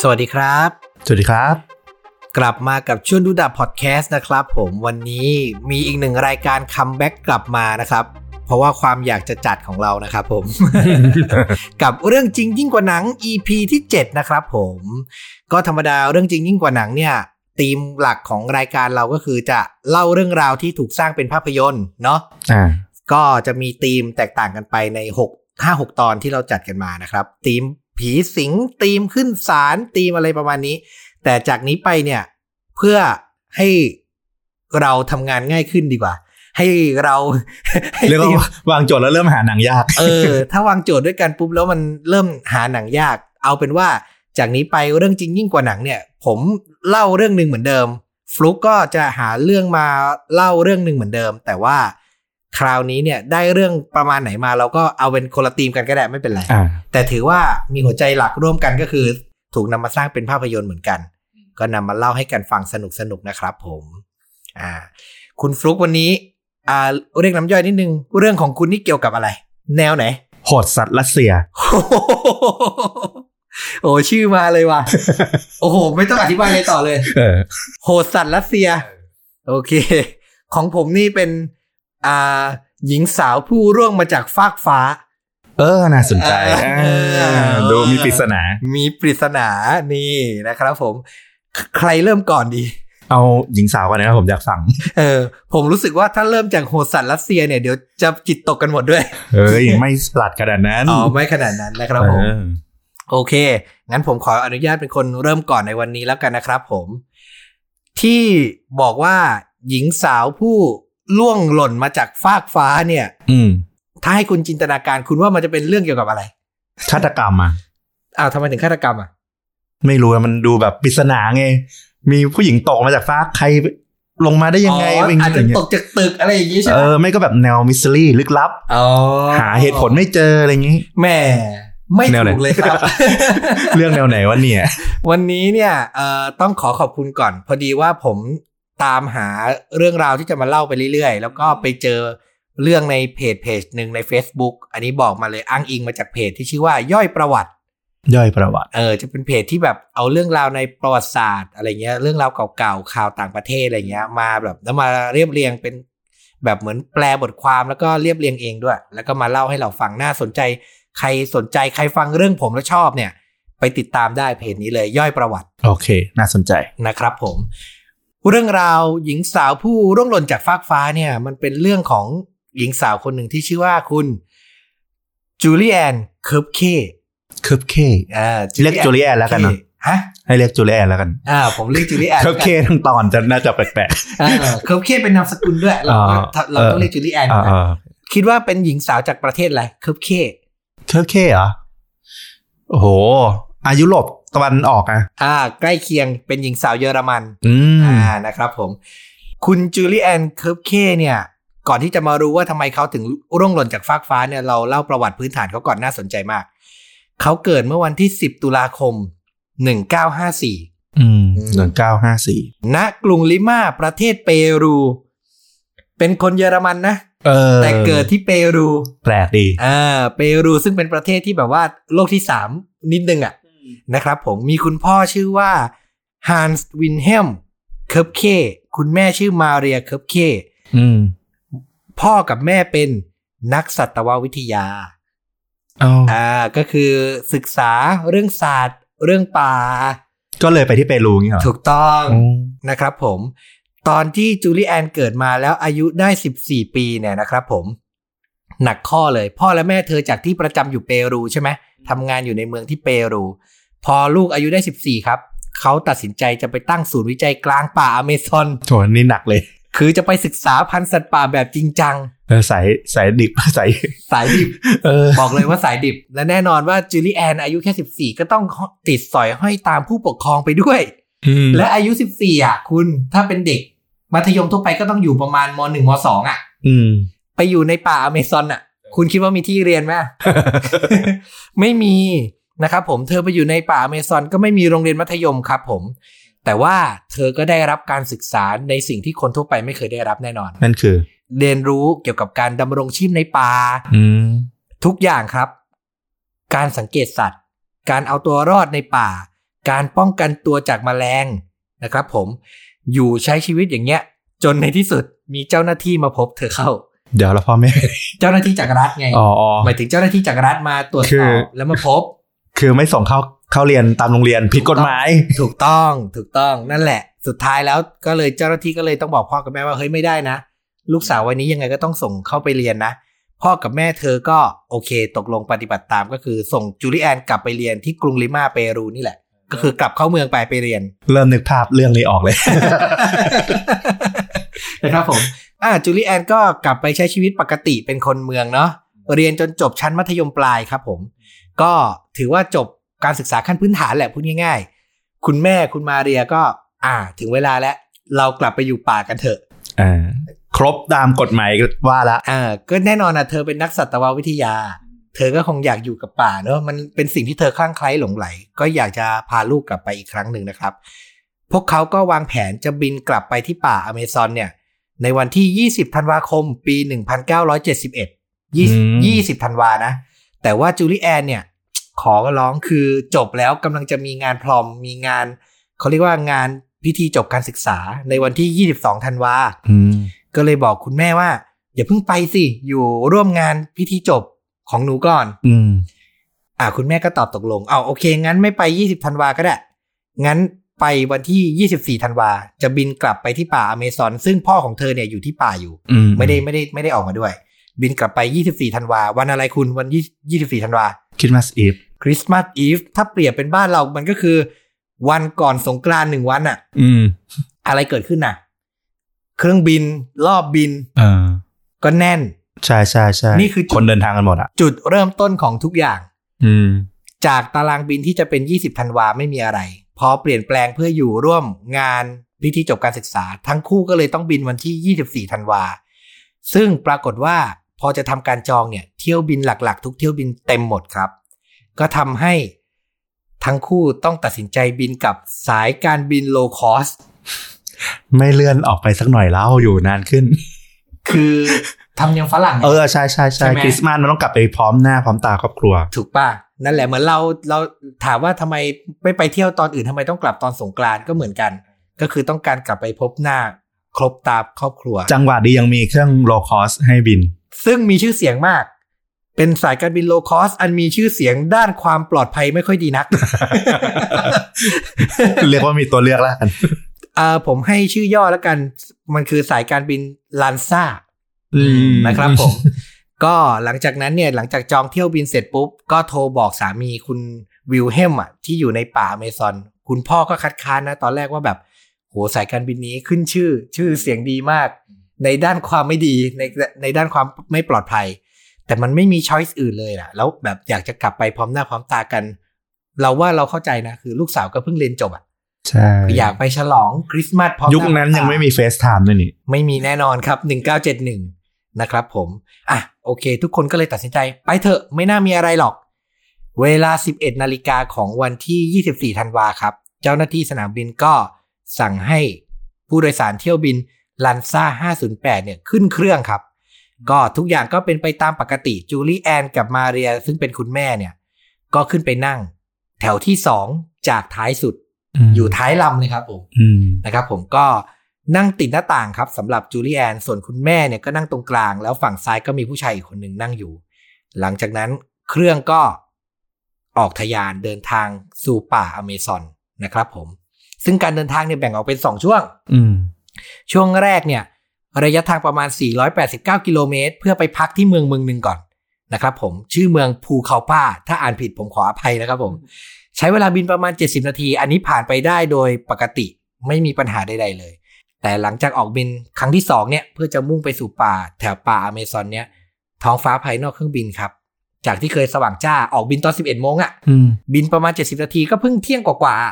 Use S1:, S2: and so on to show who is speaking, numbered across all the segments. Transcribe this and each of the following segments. S1: สวัสดีครับ
S2: สวัสดีครับ
S1: กลับมากับชวนดูดาพอดแคสต์นะครับผมวันนี้มีอีกหนึ่งรายการคัมแบ็กกลับมานะครับ เพราะว่าความอยากจะจัดของเรานะครับผม กับเรื่องจริงยิ่งกว่าหนัง EP ที่ 7 นะครับผม ก็ธรรมดาเรื่องจริงยิ่งกว่าหนังเนี่ยธีมหลักของรายการเราก็คือจะเล่าเรื่องราวที่ถูกสร้างเป็นภาพยนตร์เนาะ
S2: อ่า
S1: ก็จะมีธีมแตกต่างกันไปใน6 5 6 ตอนที่เราจัดกันมานะครับธีมผีสิงธีมขึ้นศาลธีมอะไรประมาณนี้ แต่จากนี้ไปเนี่ยเพื่อให้เราทำงานง่ายขึ้นดีกว่า ให้เรา ให้
S2: เรียก
S1: ธีม
S2: ว่าวางโจทย์แล้วเริ่มหาหนังยาก
S1: เออ ถ้าวางโจทย์ด้วยกันปุ๊บแล้วมันเริ่มหาหนังยาก เอาเป็นว่าจากนี้ไปเรื่องจริงยิ่งกว่าหนังเนี่ย ผมเล่าเรื่องหนึ่งเหมือนเดิม ฟลุกก็จะหาเรื่องมาเล่าเรื่องหนึ่งเหมือนเดิม แต่ว่าคราวนี้เนี่ยได้เรื่องประมาณไหนมาเราก็เอาเป็นคนละธีมกันก็ได้ไม่เป็นไร
S2: อ่า
S1: แต่ถือว่ามีหัวใจหลักร่วมกันก็คือ ถูกนำมาสร้างเป็นภาพยนตร์เหมือนกัน ก็นำมาเล่าให้กันฟังสนุกสนุกๆนะครับผมอ่าคุณฟลุกวันนี้อ่าเรียกน้ำย่อยนิดนึง เรื่องของคุณนี่เกี่ยวกับอะไร แนว ไหน
S2: โหดสัตว์รัสเซีย
S1: โอ้โหโอ้ชื่อมาเลยว่ะ โอ้โห ไม่ต้องอธิบายอะไรต่อเลย
S2: เออ
S1: โหดสัตว์รัสเซีย โอเค ของผมนี่เป็นอ่าหญิงสาวผู้ร่วงมาจากฟากฟ้า
S2: เออ น่าสนใจ
S1: เออ
S2: เออดูมีปริศนา
S1: มีปริศนานี่นะครับผม ใครเริ่มก่อนดี
S2: เอาหญิงสาวก่อนนะครับผมอยากฟัง
S1: เออ ผมรู้สึกว่าถ้าเริ่มจากโหดสัตว์รัสเซียเนี่ยเดี๋ยวจะจิตตกกันหมดด้วย
S2: เอ้ย ไม่สลัดขนาดนั้น
S1: อ๋อ ไม่ขนาดนั้นนะครับผม
S2: เออ
S1: โอเค งั้นผมขออนุญาตเป็นคนเริ่มก่อนในวันนี้แล้วกันนะครับผม ที่บอกว่าหญิงสาวผู้ล่วงหล่นมาจากฟากฟ้าเนี่ย
S2: อืม
S1: ถ้าให้คุณจินตนาการคุณว่ามันจะเป็นเรื่องเกี่ยวกับอะไร
S2: ฆาตกรรมอ่ะ
S1: อ้าวทำไมถึงฆาตกรรมอ่ะ
S2: ไม่รู้อะมันดูแบบปริศนาไง มีผู้หญิงตกมาจากฟ้าใครลงมาได้ยังไง
S1: อ๋อ
S2: เป็น
S1: อาจ
S2: อ
S1: จะ
S2: ย่างเงี้
S1: ต
S2: ย
S1: กจากตึกอะไรอย่างงี้ใช่ไหม
S2: เออ ไม่ก็แบบแนวมิสซิลี่ลึกลับ
S1: อ๋อ
S2: หาเหตุผลไม่เจออะไรอย่างงี้
S1: แหมไม่
S2: แนวไหน
S1: ถูกเลยค รับ
S2: เรื่องแนวไหนวะเนี่ย
S1: วันนี้เนี่ยเอ่อต้องขอขอบคุณก่อน พอดีว่าผมตามหาเรื่องราวที่จะมาเล่าไปเรื่อยๆ แล้วก็ไปเจอเรื่องในเพจเพจหนึ่งใน Facebook อันนี้บอกมาเลยอ้างอิงมาจากเพจที่ชื่อว่าย่อยประวัติ
S2: ย่อยประวัติ
S1: เออจะเป็นเพจที่แบบเอาเรื่องราวในประวัติศาสตร์อะไรเงี้ยเรื่องราวเก่าๆข่าวต่างประเทศอะไรเงี้ยมาแบบแล้วมาเรียบเรียงเป็นแบบเหมือนแปลบทความแล้วก็เรียบเรียงเองด้วย แล้วก็มาเล่าให้เราฟังน่าสนใจ ใครสนใจใครฟังเรื่องผมแล้วชอบเนี่ย ไปติดตามได้เพจนี้เลยย่อยประวัติ
S2: โอเค น่าสนใจ
S1: นะครับผม เรื่องราวหญิงสาวผู้ร่วงหล่นจากฟากฟ้าเนี่ย มันเป็นเรื่องของหญิงสาวคนหนึ่งที่ชื่อว่าคุณจูเลียนเคิร์ฟเค
S2: เคิร์ฟเค
S1: อ่า
S2: เรียก
S1: Julianne
S2: จูเลียนแล้วกันเนอะ
S1: Kirk ฮะ
S2: ให้เรียกจูเลียนแล้วกัน
S1: อ่าผมเรียกจูเลียน
S2: เคิร์ฟเคทั้งตอนจะน่าจะแปลก
S1: เคิร์ฟเคเป็นนามสกุลด้วย เราก็
S2: อ่า
S1: เราต้องเรียกจูเลียน
S2: ๆอ่า
S1: นะคิดว่าเป็นหญิงสาวจากประเทศอะไรเคิร์ฟเค
S2: ๆเคิร์ฟเคเหรอ โอ้โห อายุโรปตะวันออกอ่ะ
S1: อ่า ใกล้เคียงเป็นหญิงสาวเยอรมัน
S2: อืม
S1: อ่านะครับผม คุณจูเลียนเคิร์ฟเคเนี่ย ก่อนที่จะมารู้ว่าทำไมเขาถึงร่วงหล่นจากฟากฟ้าเนี่ยเราเล่าประวัติพื้นฐานเขาก่อนน่าสนใจมาก เขาเกิดเมื่อวันที่ 10 ตุลาคม 1954
S2: อืมหนึ่งเก้าห้าสี่
S1: ณกรุงลิมาประเทศเปรู เป็นคนเยอรมันนะ
S2: เออ
S1: แต่เกิดที่เปรู
S2: แปลกดี
S1: อ่าเปรูซึ่งเป็นประเทศที่แบบว่าโลกที่ 3 นิดนึงอะ่ะนะครับผมมีคุณพ่อชื่อว่าฮันส์วินเฮมเคิร์ฟเคคุณแม่ชื่อมาเรียเคิร์ฟเค
S2: อืม
S1: พ่อกับแม่เป็นนักสัตววิทยา
S2: เอา
S1: อ่า ก็คือศึกษาเรื่องศาสตร์ เรื่องป่า
S2: ก็เลยไปที่เปรูงี้เหรอ
S1: ถูกต้อง
S2: อืม
S1: นะครับผม ตอนที่จูเลียนเกิดมาแล้วอายุได้ 14 ปีเนี่ยนะครับผม หนักข้อเลย พ่อและแม่เธอจากที่ประจำอยู่เปรูใช่ไหมทำงานอยู่ในเมืองที่เปรู พอลูกอายุได้ 14 ครับ เขาตัดสินใจจะไปตั้งศูนย์วิจัยกลางป่าอเมซอน
S2: โถนี่หนักเลย
S1: คือจะไปศึกษาพันธุ์สัตว์ป่าแบบจริงจัง
S2: เออสายสายดิบ สาย
S1: สายดิบ
S2: เออ
S1: บอกเลยว่าสายดิบ และแน่นอนว่าจูเลียนอายุแค่ 14 ก็ต้องติดสอยห้อยตามผู้ปกครองไปด้วย
S2: อืม
S1: และอายุ 14 อ่ะ คุณถ้าเป็นเด็ก มัธยมทั่วไปก็ต้องอยู่ประมาณม .1 ม .2 อ่ะ
S2: อืม
S1: ไปอยู่ในป่าอเมซอนอ่ะ คุณคิดว่ามีที่เรียนไหม ไม่มีนะครับผมเธอไปอยู่ในป่าอเมซอนก็ไม่มีโรงเรียนมัธยมครับผม แต่ว่าเธอก็ได้รับการศึกษาในสิ่งที่คนทั่วไปไม่เคยได้รับแน่นอน
S2: นั่นคือ
S1: เรียนรู้เกี่ยวกับการดำรงชีพในป่า
S2: อืม
S1: ทุกอย่างครับ การสังเกตสัตว์ การเอาตัวรอดในป่า การป้องกันตัวจากแมลงนะครับผมอยู่ใช้ชีวิตอย่างเงี้ย จนในที่สุดมีเจ้าหน้าที่มาพบเธอเข้า
S2: เดี๋ยวแล้วพ่อแม่
S1: เจ้าหน้าที่จากรัฐไง
S2: อ๋อ
S1: หมายถึงเจ้าหน้าที่จากรัฐมาตรวจ
S2: คื
S1: สอ
S2: อ
S1: บแล้วมาพบ
S2: คือไม่ส่งเข้าเข้าเรียนตามโรงเรียนผิดกฎหมาย
S1: ถูกต้องถูกต้องนั่นแหละ สุดท้ายแล้วก็เลยเจ้าหน้าที่ก็เลยต้องบอกพ่อกับแม่ว่าเฮ้ยไม่ได้นะ ลูกสาววันนี้ยังไงก็ต้องส่งเข้าไปเรียนนะ พ่อกับแม่เธอก็โอเค ตกลงปฏิบัติตามก็คือส่งจูเลียนกลับไปเรียนที่กรุงลิมาเปรูนี่แหละ ก็คือกลับเข้าเมืองไปไปเรียน
S2: เริ่มนึกภาพเรื่องนี้ออกเลย
S1: นะครับผม อ่าจูเลียนก็กลับไปใช้ชีวิตปกติเป็นคนเมืองเนาะ เรียนจนจบชั้นมัธยมปลายครับผม ก็ถือว่าจบการศึกษาขั้นพื้นฐานแหละพูดง่าย ๆ คุณแม่คุณมาเรียก็ อ่า ถึงเวลาแล้ว เรากลับไปอยู่ป่ากันเถอะ
S2: อ่าครบตามกฎหมายว่าละ
S1: อ่า ก็แน่นอนอ่ะ เธอเป็นนักสัตววิทยา เธอก็คงอยากอยู่กับป่าเนอะมันเป็นสิ่งที่เธอคลั่งไคล้หลงไหล ก็อยากจะพาลูกกลับไปอีกครั้งหนึ่งนะครับ พวกเขาก็วางแผนจะบินกลับไปที่ป่าอเมซอนเนี่ย ในวันที่ 20 ธันวาคม ปี 1971
S2: ม
S1: 20 20ธันวานะ แต่ว่าจูเลียแอนเนี่ย ขอร้องคือจบแล้วกำลังจะมีงานพรอม มีงาน เขาเรียกว่างานพิธีจบการศึกษาในวันที่ 22 ธันวา
S2: อืม
S1: ก็เลยบอกคุณแม่ว่า อย่าเพิ่งไปสิ อยู่ร่วมงานพิธีจบของหนูก่อน
S2: อืม
S1: อ่าคุณแม่ก็ตอบตกลง เอาโอเค งั้นไม่ไป 20ธันวาก็ได้ งั้นไปวันที่ 24ธันวา จะบินกลับไปที่ป่าอเมซอน ซึ่งพ่อของเธอเนี่ยอยู่ที่ป่าอยู่
S2: อื
S1: ไม่ได้ไม่ได้ไม่ได้ออกมาด้วย บินกลับไป 24ธันวา วันอะไรคุณวัน20 24ธันวา
S2: คิดมาสอีฟ
S1: คริสต์มาสอีฟถ้าเปรียบเป็นบ้านเรา มันก็คือ วันก่อนสงกรานต์หนึ่งวันอะ
S2: อืม
S1: อะไรเกิดขึ้นน่ะ เครื่องบินรอบบิน
S2: เออ
S1: ก็แน่น
S2: ใช่ใช่ใช่
S1: นี่คือจุด
S2: คนเดินทางกันหมดอ่ะ
S1: จุดเริ่มต้นของทุกอย่าง
S2: อืม
S1: จากตารางบินที่จะเป็น 20ธันวาไม่มีอะไร พอเปลี่ยนแปลงเพื่ออยู่ร่วมงานพิธีจบการศึกษา ทั้งคู่ก็เลยต้องบินวันที่ 24ธันวา ซึ่งปรากฏว่าพอจะทำการจองเนี่ย เที่ยวบินหลักๆ ทุกเที่ยวบินเต็มหมดครับ ก็ทำให้ทั้งคู่ต้องตัดสินใจบินกับสายการบินโลคอส
S2: ไม่เลื่อนออกไปสักหน่อยแล้วอยู่นานขึ้น
S1: คือทำยังฝรั่ง
S2: เออ ใช่ใช่
S1: ใช่
S2: ใช่
S1: ไหม
S2: คริสต์มาสมันต้องกลับไปพร้อมหน้าพร้อมตาครอบครัว
S1: ถูกป่ะ นั่นแหละเหมือนเราเราถามว่าทำไมไม่ไปเที่ยวตอนอื่นทำไมต้องกลับตอนสงกรานต์ก็เหมือนกัน ก็คือต้องการกลับไปพบหน้าครบตาครอบครัว
S2: จังหวะดียังมีเครื่องโลคอสให้ บิน
S1: ซึ่งมีชื่อเสียงมาก เป็นสายการบินโลคอส อันมีชื่อเสียงด้านความปลอดภัยไม่ค่อยดีนัก
S2: เรียกว่ามีตัวเลือกแล้วกัน
S1: เอ่อผมให้ชื่อย่อแล้วกัน มันคือสายการบินลานซ่า
S2: อืม
S1: นะครับผม ก็หลังจากนั้นเนี่ยหลังจากจองเที่ยวบินเสร็จปุ๊บ ก็โทรบอกสามีคุณวิลเฮมอ่ะที่อยู่ในป่าอเมซอน คุณพ่อก็คัดค้านนะ ตอนแรกว่าแบบ โหสายการบินนี้ขึ้นชื่อ ชื่อเสียงดีมาก ในด้านความไม่ดีในในด้านความไม่ปลอดภัย แต่มันไม่มีช้อยส์อื่นเลยล่ะ แล้วแบบอยากจะกลับไปพร้อมหน้าพร้อมตากัน เราว่าเราเข้าใจนะ คือลูกสาวก็เพิ่งเรียนจบอ่ะ
S2: ใช่
S1: อยากไปฉลองคริสต์มาสพร้อมหา
S2: ยุคนั้น
S1: พร้อตา
S2: ยังไม่มีเฟซไทม์ด้วยนี่
S1: ไม่มีแน่นอนครับ 1971 นะครับผม อ่ะ โอเค ทุกคนก็เลยตัดสินใจ ไปเถอะไม่น่ามีอะไรหรอก เวลา 11 นาฬิกาของวันที่ 24 ธันวาครับ เจ้าหน้าที่สนามบินก็สั่งให้ผู้โดยสารเที่ยวบินลันซ่า 508 เนี่ยขึ้นเครื่องครับ ก็ทุกอย่างก็เป็นไปตามปกติ จูลี่แอนกับมาเรีย ซึ่งเป็นคุณแม่เนี่ย ก็ขึ้นไปนั่ง แถวที่ 2 จากท้ายสุด อยู่ท้ายลำเลยครับผม
S2: อืม
S1: นะครับผมก็นั่งติดหน้าต่างครับสำหรับจูเลียนส่วนคุณแม่เนี่ยก็นั่งตรงกลาง แล้วฝั่งซ้ายก็มีผู้ชายอีกคนหนึ่งนั่งอยู่ หลังจากนั้นเครื่องก็ออกทะยานเดินทางสู่ป่าอเมซอนนะครับผม ซึ่งการเดินทางเนี่ยแบ่งออกเป็น 2 ช่วง
S2: อืม
S1: ช่วงแรกเนี่ยระยะทางประมาณ 489 กิโลเมตร เพื่อไปพักที่เมืองเมืองหนึ่งก่อนนะครับผมชื่อเมืองภูเขาป้า ถ้าอ่านผิดผมขออภัยนะครับผม ใช้เวลาบินประมาณ 70 นาที อันนี้ผ่านไปได้โดยปกติไม่มีปัญหาใด ๆ เลย แต่หลังจากออกบินครั้งที่ 2 เนี่ย เพื่อจะมุ่งไปสู่ป่าแถวป่าอเมซอนเนี่ย ท้องฟ้าภายนอกเครื่องบินครับ จากที่เคยสว่างจ้าออกบินตอน 11โมงอะ
S2: อืม
S1: บินประมาณ 70 นาทีก็เพิ่งเที่ยงกว่าๆ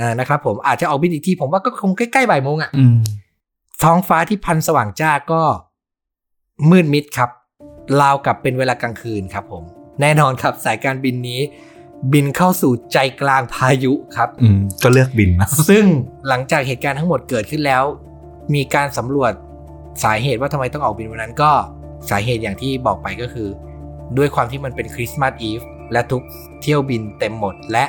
S1: อ่านะครับผมอาจจะออกบินอีกทีผมว่าก็คงใกล้ๆบ่ายโมงอะ
S2: อืม
S1: ท้องฟ้าที่พันสว่างจ้าก็มืดมิดครับราวกับเป็นเวลากลางคืนครับผม แน่นอนครับสายการบินนี้ บินเข้าสู่ใจกลางพายุครับ
S2: อืม ก็เลือกบินนะ
S1: ซึ่งหลังจากเหตุการณ์ทั้งหมดเกิดขึ้นแล้ว มีการสำรวจสาเหตุว่าทำไมต้องออกบินวันนั้นก็สาเหตุอย่างที่บอกไปก็คือ ด้วยความที่มันเป็นคริสต์มาสอีฟและทุกเที่ยวบินเต็มหมดและ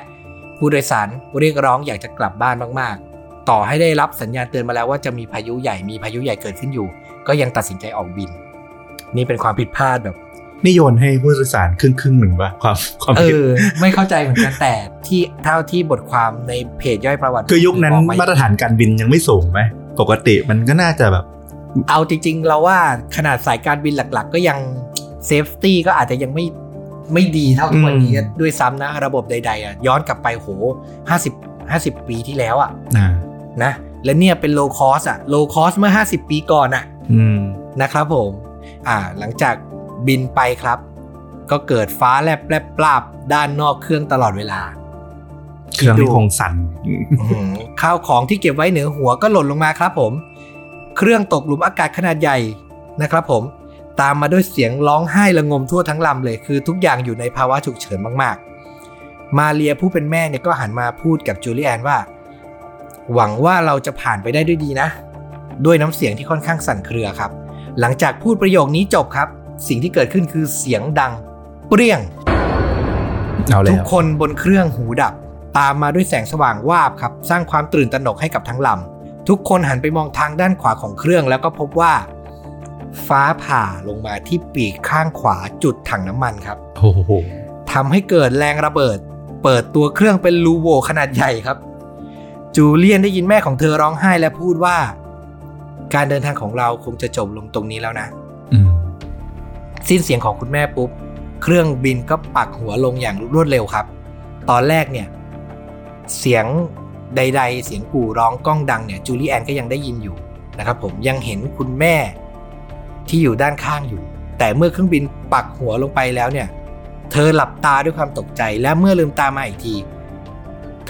S1: ผู้โดยสารเรียกร้องอยากจะกลับบ้านมากๆ ต่อให้ได้รับสัญญาณเตือนมาแล้วว่าจะมีพายุใหญ่มีพายุใหญ่เกิดขึ้นอยู่ ก็ยังตัดสินใจออกบิน นี่เป็นความผิดพลาดแบบ
S2: นี่โยนให้ผู้โดยสารครึ่งครึ่งๆหนึ่งป่ะความความ
S1: เอ
S2: ผิด
S1: อ ไม่เข้าใจเหมือนกันแต่ที่เท่าที่บทความในเพจย่อยประวัติ
S2: คือยุคนั้น
S1: ออกม
S2: มาตรฐานการบินยังไม่สูงไหมปกติมันก็น่าจะแบบ
S1: เอาจริงๆ เราว่าขนาดสายการบินหลักๆ ก็ยังเซฟตี้ก็อาจจะยังไม่ไม่ดีเท่าทุกวันนี้
S2: อืม
S1: ด้วยซ้ำนะ ระบบใดๆอ่ะย้อนกลับไปโห50 50 ปีที่แล้วอ่ะ
S2: อ่า
S1: นะและเนี่ยเป็นโลคอสอะโลคอสเมื่อ 50 ปีก่อนอะ
S2: อืม
S1: นะครับผมอ่าหลังจากบินไปครับ ก็เกิดฟ้าแลบแลบปราบด้านนอกเครื่องตลอดเวลา
S2: เครื่องนี่คงสั่น
S1: อื้อหือข้าวของที่เก็บไว้เหนือหัวก็หล่นลงมาครับผม เครื่องตกหลุมอากาศขนาดใหญ่นะครับผม ตามมาด้วยเสียงร้องไห้ระงมทั่วทั้งลำเลยคือทุกอย่างอยู่ในภาวะฉุกเฉินมาก ๆ มาเรียผู้เป็นแม่เนี่ยก็หันมาพูดกับจูเลียนว่า หวังว่าเราจะผ่านไปได้ด้วยดีนะ ด้วยน้ำเสียงที่ค่อนข้างสั่นเครือครับ หลังจากพูดประโยคนี้จบครับ สิ่งที่เกิดขึ้นคือเสียงดัง เปรี้ยง
S2: เอาแล้
S1: ทุก
S2: ว
S1: คนบนเครื่องหูดับ ตามมาด้วยแสงสว่างวาบครับ สร้างความตื่นตระหนกให้กับทั้งลำ ทุกคนหันไปมองทางด้านขวาของเครื่องแล้วก็พบว่า ฟ้าผ่าลงมาที่ปีกข้างขวาจุดถังน้ำมันครับ
S2: โอ้โห
S1: ทำให้เกิดแรงระเบิด เปิดตัวเครื่องเป็นรูโหวขนาดใหญ่ครับ จูเลียนได้ยินแม่ของเธอร้องไห้และพูดว่า การเดินทางของเราคงจะจบลงตรงนี้แล้วนะ
S2: อืม
S1: สิ้นเสียงของคุณแม่ปุ๊บ เครื่องบินก็ปักหัวลงอย่างรวดเร็วครับ ตอนแรกเนี่ย เสียงใด ๆ เสียงกู่ร้องก้องดังเนี่ยจูเลียแอนก็ยังได้ยินอยู่นะครับผมยังเห็นคุณแม่ที่อยู่ด้านข้างอยู่ แต่เมื่อเครื่องบินปักหัวลงไปแล้วเนี่ย เธอหลับตาด้วยความตกใจและเมื่อลืมตามาอีกที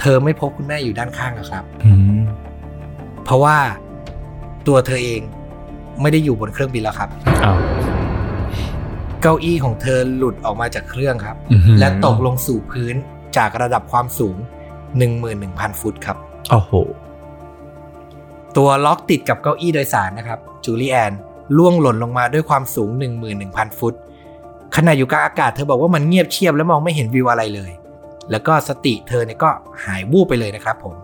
S1: เธอไม่พบคุณแม่อยู่ด้านข้างอะครับ
S2: อืม
S1: เพราะว่าตัวเธอเองไม่ได้อยู่บนเครื่องบินแล้วครับ
S2: เอา
S1: เก้าอี้ของเธอหลุดออกมาจากเครื่องครับ
S2: อื้อหือ
S1: และตกลงสู่พื้นจากระดับความสูง 11,000 ฟุตครับ
S2: โอ้โห
S1: ตัวล็อกติดกับเก้าอี้โดยสารนะครับ จูเลียนล่วงหล่นลงมาด้วยความสูง 11,000 ฟุต ขณะอยู่กลางอากาศเธอบอกว่ามันเงียบเชียบและมองไม่เห็นวิวอะไรเลย แล้วก็สติเธอเนี่ยก็หายวูบไปเลยนะครับผม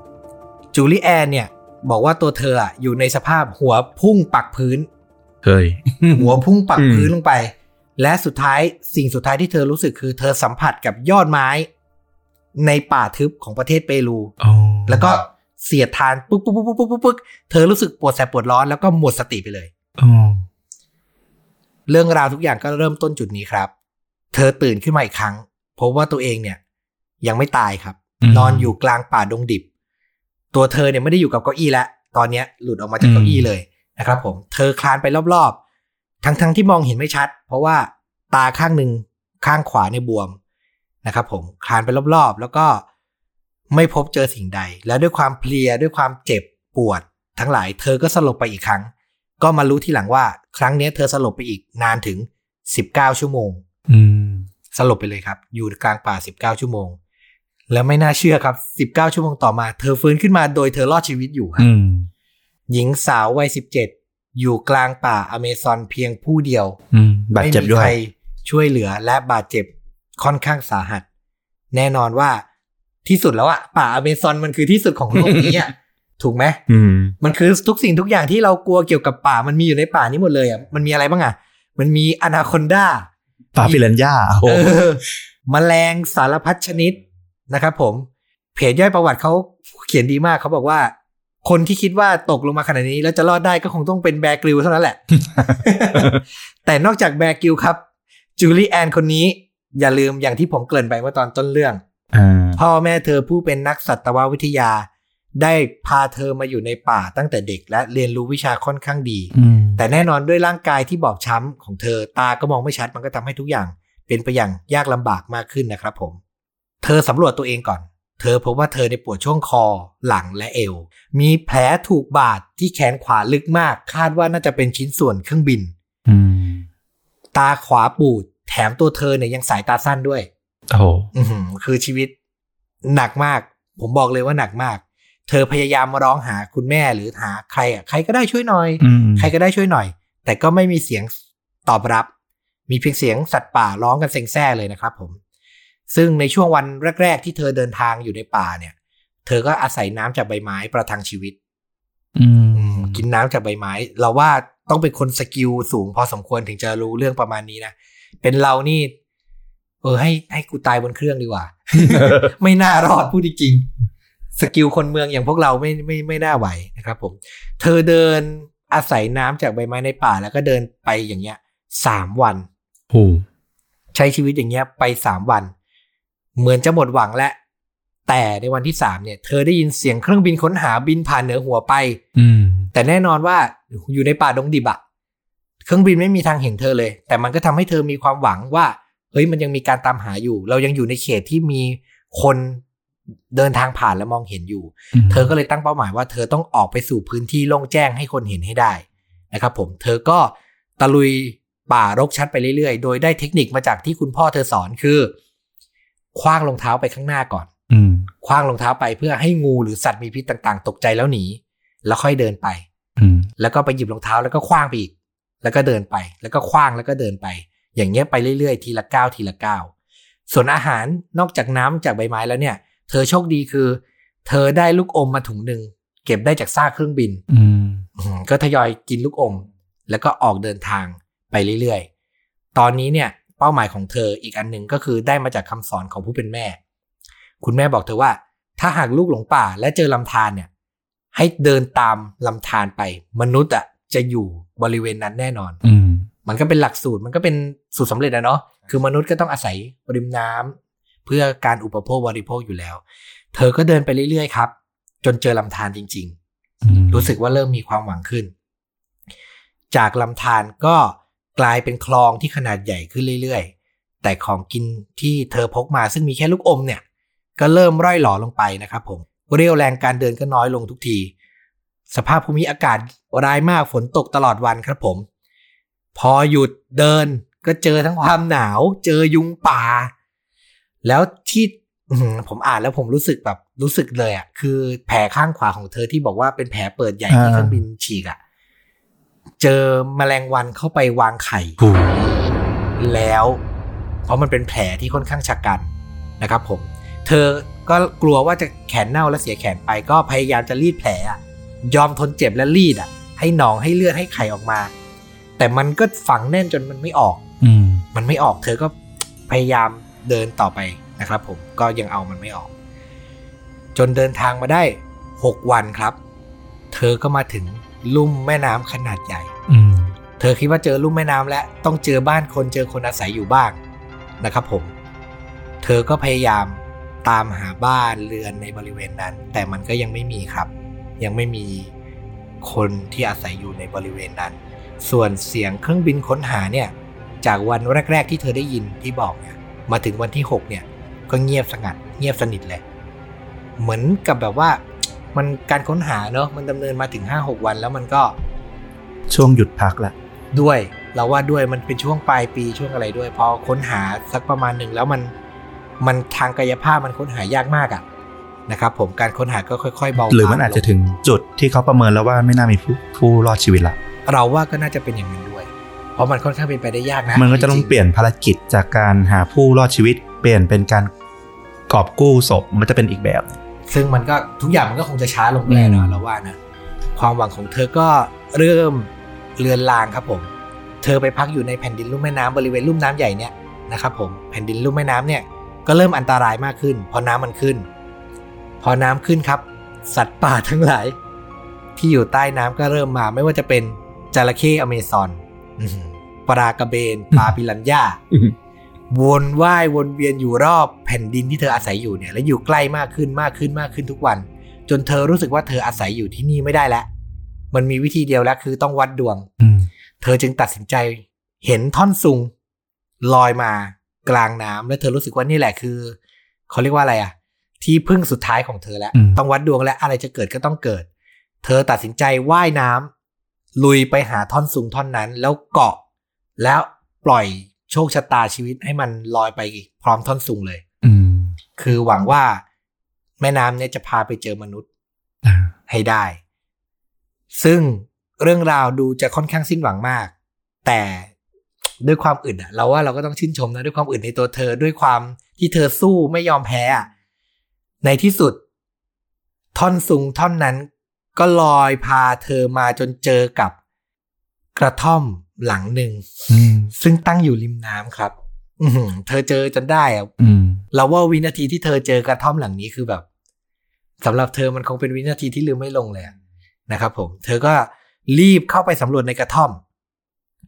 S1: จูเลียนเนี่ยบอกว่าตัวเธออะอยู่ในสภาพหัวพุ่งปักพื้น
S2: เฮ้ย
S1: หัวพุ่งปัก
S2: อืม
S1: พื้นลงไป และสุดท้ายสิ่งสุดท้ายที่เธอรู้สึกคือเธอสัมผัสกับยอดไม้ ในป่าทึบของประเทศเปรู
S2: โอ้
S1: แล้วก็เสียดทานปึ๊กปึ๊กปึ๊กปึ๊กปึ๊กปึ๊กเธอรู้สึกปวดแสบปวดร้อนแล้วก็หมดสติไปเลย
S2: อ๋อ
S1: เรื่องราวทุกอย่างก็เริ่มต้นจุดนี้ครับ เธอตื่นขึ้นมาอีกครั้งพบว่าตัวเองเนี่ย ยังไม่ตายครับ
S2: ม
S1: นอนอยู่กลางป่าดงดิบ ตัวเธอเนี่ยไม่ได้อยู่กับเก้าอี้แล้ว ตอนเนี้ยหลุดออกมาจากเก้าอี้เลยนะครับผม เธอคลานไปรอบๆ ทั้งๆทที่มองเห็นไม่ชัด เพราะว่าตาข้างหนึ่งข้างขวาเนี่ยบวมนะครับผม คลานไปรอบๆ แล้วก็ไม่พบเจอสิ่งใด แล้วด้วยความเพลียด้วยความเจ็บปวด ทั้งหลาย เธอก็สลบไปอีกครั้ง ก็มารู้ทีหลังว่า ครั้งเนี้ยเธอสลบไปอีกนานถึง 19 ชั่วโมง
S2: อืม
S1: สลบไปเลยครับ อยู่กลางป่า 19 ชั่วโมง แล้วไม่น่าเชื่อครับ 19 ชั่วโมงต่อมา เธอฟื้นขึ้นมาโดยเธอรอดชีวิตอยู่ครับ
S2: อืม
S1: หญิงสาววัย 17 อยู่กลางป่าอเมซอนเพียงผู้เดียว
S2: อืม บาดเจ็บ
S1: ไม่มี
S2: ด้ว
S1: ใคร
S2: ย
S1: ช่วยเหลือและบาดเจ็บค่อนข้างสาหัส แน่นอนว่าที่สุดแล้วอะป่าอเมซอนมันคือที่สุดของโลกนี้อะ ถูกไหม
S2: อืม
S1: มันคือทุกสิ่งทุกอย่างที่เรากลัวเกี่ยวกับป่ามันมีอยู่ในป่านี้หมดเลยอะมันมีอะไรบ้างอะมันมีอนาคอนดา
S2: ป่าฟิลันย่าโอ้โห
S1: เออแมลงสารพัดชนิดนะครับผม เพจย่อยประวัติเขาเขียนดีมากเขาบอกว่า คนที่คิดว่าตกลงมาขนาดนี้ แล้วจะรอดได้ก็คงต้องเป็นแบร์กริลเท่านั้นแหละ แต่นอกจากแบร์กริลครับจูลี่แอนคนนี้ อย่าลืมอย่างที่ผมเกริ่นไปเมื่อตอนต้นเรื่อง
S2: อ่า
S1: พ่อแม่เธอผู้เป็นนักสัตววิทยา ได้พาเธอมาอยู่ในป่าตั้งแต่เด็ก และเรียนรู้วิชาค่อนข้างดี
S2: อืม
S1: แต่แน่นอนด้วยร่างกายที่บอบช้ำของเธอตาก็มองไม่ชัดมันก็ทำให้ทุกอย่าง เป็นไปอย่างยากลำบากมากขึ้นนะครับผม เธอสำรวจตัวเองก่อน เธอพบว่าเธอในยปวดช่วงคอ หลังและเอว มีแผลถูกบาดที่แขนขวาลึกมาก คาดว่าน่าจะเป็นชิ้นส่วนเครื่องบิน
S2: อืม
S1: ตาขวาปูด แถมตัวเธอเนี่ยยังสายตาสั้นด้วย
S2: โอ้โห
S1: อื้อหือคือชีวิตหนักมาก ผมบอกเลยว่าหนักมาก เธอพยายามมาร้องหาคุณแม่หรือหาใครอ่ะใครก็ได้ช่วยหน่อย
S2: อืม
S1: ใครก็ได้ช่วยหน่อย แต่ก็ไม่มีเสียงตอบรับ มีเพียงเสียงสัตว์ป่าร้องกันเซ็งแซ่เลยนะครับผม ซึ่งในช่วงวันแรก ๆ ที่เธอเดินทางอยู่ในป่าเนี่ย เธอก็อาศัยน้ำจากใบไม้ประทังชีวิต
S2: อืม
S1: อืมกินน้ำจากใบไม้ เราว่าต้องเป็นคนสกิลสูงพอสมควรถึงจะรู้เรื่องประมาณนี้นะ เป็นเรานี่ เออให้ให้กูตายบนเครื่องดีกว่า ไม่น่ารอดพูดจริงๆสกิลคนเมืองอย่างพวกเราไม่ไม่ไม่น่าไหวนะครับผม เธอเดินอาศัยน้ำจากใบไม้ในป่า แล้วก็เดินไปอย่างเงี้ยสามวัน
S3: โอ้
S1: ใช้ชีวิตอย่างเงี้ยไปสามวัน เหมือนจะหมดหวังแล้ว แต่ในวันที่สามเนี่ย เธอได้ยินเสียงเครื่องบินค้นหาบินผ่านเหนือหัวไป
S3: อืม
S1: แต่แน่นอนว่าอยู่ในป่าดงดิบอะเครื่องบินไม่มีทางเห็นเธอเลย แต่มันก็ทำให้เธอมีความหวังว่า เฮ้ยมันยังมีการตามหาอยู่ เรายังอยู่ในเขตที่มีคนเดินทางผ่านและมองเห็นอยู่ เธอก็เลยตั้งเป้าหมายว่าเธอต้องออกไปสู่พื้นที่โล่งแจ้งให้คนเห็นให้ได้นะครับผมเธอก็ตะลุยป่ารกชัดไปเรื่อยๆ โดยได้เทคนิคมาจากที่คุณพ่อเธอสอนคือ คว้างรองเท้าไปข้างหน้าก่อน
S3: อืม
S1: คว้างรองเท้าไปเพื่อให้งูหรือสัตว์มีพิษต่างๆ ตกใจแล้วหนี แล้วค่อยเดินไป
S3: อืม
S1: แล้วก็ไปหยิบรองเท้าแล้วก็คว้างไปอีก แล้วก็เดินไป แล้วก็คว้างแล้วก็เดินไป อย่างเงี้ยไปเรื่อยๆ ทีละก้าวทีละก้าว ส่วนอาหารนอกจากน้ำจากใบไม้แล้วเนี่ย เธอโชคดีคือ เธอได้ลูกอมมาถุงหนึ่งเก็บได้จากซากเครื่องบิน
S3: อืม
S1: อืมก็ทยอยกินลูกอม แล้วก็ออกเดินทางไปเรื่อยๆ ตอนนี้เนี่ย เป้าหมายของเธออีกอันหนึ่งก็คือได้มาจากคำสอนของผู้เป็นแม่ คุณแม่บอกเธอว่า ถ้าหากลูกหลงป่าและเจอลำธารเนี่ย ให้เดินตามลำธารไป มนุษย์อ่ะจะอยู่บริเวณนั้นแน่นอน
S3: อืม
S1: มันก็เป็นหลักสูตรมันก็เป็นสูตรสำเร็จนะเนาะคือมนุษย์ก็ต้องอาศัยริมน้ำเพื่อการอุปโภคบริโภคอยู่แล้ว เธอก็เดินไปเรื่อยๆครับ จนเจอลำธารจริง ๆ รู้สึกว่าเริ่มมีความหวังขึ้น จากลำธารก็กลายเป็นคลองที่ขนาดใหญ่ขึ้นเรื่อยๆ แต่ของกินที่เธอพกมาซึ่งมีแค่ลูกอมเนี่ย ก็เริ่มร่อยหลอลงไปนะครับผมเรี่ยวแรงการเดินก็น้อยลงทุกที สภาพภูมิอากาศร้ายมากฝนตกตลอดวันครับผม พอหยุดเดินก็เจอทั้งความหนาว เจอยุงป่า แล้วที่อื้อหือผมอ่านแล้วผมรู้สึกแบบรู้สึกเลยอ่ะคือแผลข้างขวาของเธอที่บอกว่าเป็นแผลเปิดใหญ่ที่เครื่องบินฉีกอ่ะเจอแมลงวันเข้าไปวางไข่
S3: ถูก
S1: แล้ว เพราะมันเป็นแผลที่ค่อนข้างชะกันนะครับผม เธอก็กลัวว่าจะแขนเน่าและเสียแขนไปก็พยายามจะรีดแผลอะยอมทนเจ็บและรีดอะให้หนองให้เลือดให้ไข่ออกมา แต่มันก็ฝังแน่นจนมันไม่ออก
S3: อืม
S1: มันไม่ออกเธอก็พยายามเดินต่อไปนะครับผมก็ยังเอามันไม่ออก จนเดินทางมาได้ 6 วันครับ เธอก็มาถึงลุ่มแม่น้ำขนาดใหญ่
S3: อืม
S1: เธอคิดว่าเจอลุ่มแม่น้ำแล้วต้องเจอบ้านคนเจอคนอาศัยอยู่บ้างนะครับผม เธอก็พยายามตามหาบ้านเรือนในบริเวณนั้น แต่มันก็ยังไม่มีครับ ยังไม่มีคนที่อาศัยอยู่ในบริเวณนั้น ส่วนเสียงเครื่องบินค้นหาเนี่ย จากวันแรก ๆ ที่เธอได้ยินที่บอกเนี่ยมาถึงวันที่หกเนี่ย ก็เงียบสงัด เงียบสนิทเลย เหมือนกับแบบว่า มันการค้นหาเนอะมันดำเนินมาถึงห้าหกวัน แล้วมันก็
S2: ช่วงหยุดพักละ
S1: ด้วยเราว่าด้วยมันเป็นช่วงปลายปีช่วงอะไรด้วย พอค้นหาสักประมาณหนึ่งแล้วมันมันทางกายภาพมันค้นหายากมากอะ่ะนะครับผมการค้นหาก็ค่อยๆเบา
S2: หรือมันอาจจะถึงจุดที่เขาประเมินแล้วว่าไม่น่ามีผู้ผู้รอดชีวิตละ
S1: เราว่าก็น่าจะเป็นอย่างนั้นด้วย เพราะมันค่อนข้างเป็นไปได้ยากนะ
S2: มันก็จะต้อง
S1: ริๆ
S2: เปลี่ยนภารกิจจากการหาผู้รอดชีวิต เปลี่ยนเป็นการกอบกู้ศพมันจะเป็นอีกแบบ
S1: ซึ่งมันก็ทุกอย่างมันก็คงจะช้าลงแน่นอ
S2: อื
S1: น
S2: ม
S1: เราว่านะความหวังของเธอก็เริ่มเลือนลางครับผม เธอไปพักอยู่ในแผ่นดินลุ่มแม่น้ำบริเวณลุ่มน้ำใหญ่เนี่ยนะครับผมแผ่นดินลุ่มแม่น้ำเนี่ยก็เริ่มอันตรายมากขึ้น พอน้ำมันขึ้น พอน้ำขึ้นครับ สัตว์ป่าทั้งหลาย ที่อยู่ใต้น้ำก็เริ่มมาไม่ว่าจะเป็นจระเข้อเมซอน อื้อหือปลากระเบนปลาปิรันย่า
S3: อื้อหือ
S1: วนว่ายวนเวียนอยู่รอบแผ่นดินที่เธออาศัยอยู่เนี่ย และอยู่ใกล้มากขึ้นมากขึ้นมากขึ้นทุกวัน จนเธอรู้สึกว่าเธออาศัยอยู่ที่นี่ไม่ได้แล้วมันมีวิธีเดียวแล้วคือต้องวัดดวง
S3: อืม
S1: เธอจึงตัดสินใจเห็นท่อนซุงลอยมากลางน้ำและเธอรู้สึกว่านี่แหละคือเขาเรียกว่าอะไรอะที่พึ่งสุดท้ายของเธอแล้ว
S3: อืม
S1: ต้องวัดดวงและอะไรจะเกิดก็ต้องเกิด เธอตัดสินใจว่ายน้ำลุยไปหาท่อนซุงท่อนนั้น แล้วเกาะ แล้วปล่อยโชคชะตาชีวิตให้มันลอยไปพร้อมท่อนซุงเลย
S3: อืม
S1: คือหวังว่าแม่น้ำเนี่ยจะพาไปเจอมนุษย์
S3: อ่า
S1: ให้ได้ ซึ่งเรื่องราวดูจะค่อนข้างสิ้นหวังมาก แต่ ด้วยความอึดอะเราว่าเราก็ต้องชื่นชมนะด้วยความอึดในตัวเธอด้วยความที่เธอสู้ไม่ยอมแพ้อะในที่สุด ท่อนสูงท่อนนั้น ก็ลอยพาเธอมาจนเจอกับกระท่อมหลังหนึ่ง
S2: อืม
S1: ซึ่งตั้งอยู่ริมน้ำครับ อื้อหือเธอเจอจนได้อะ
S2: อืม
S1: เราว่าวินาทีที่เธอเจอกระท่อมหลังนี้คือแบบสำหรับเธอมันคงเป็นวินาทีที่ลืมไม่ลงเลยอะนะครับ ผม เธอก็รีบเข้าไปสำรวจในกระท่อม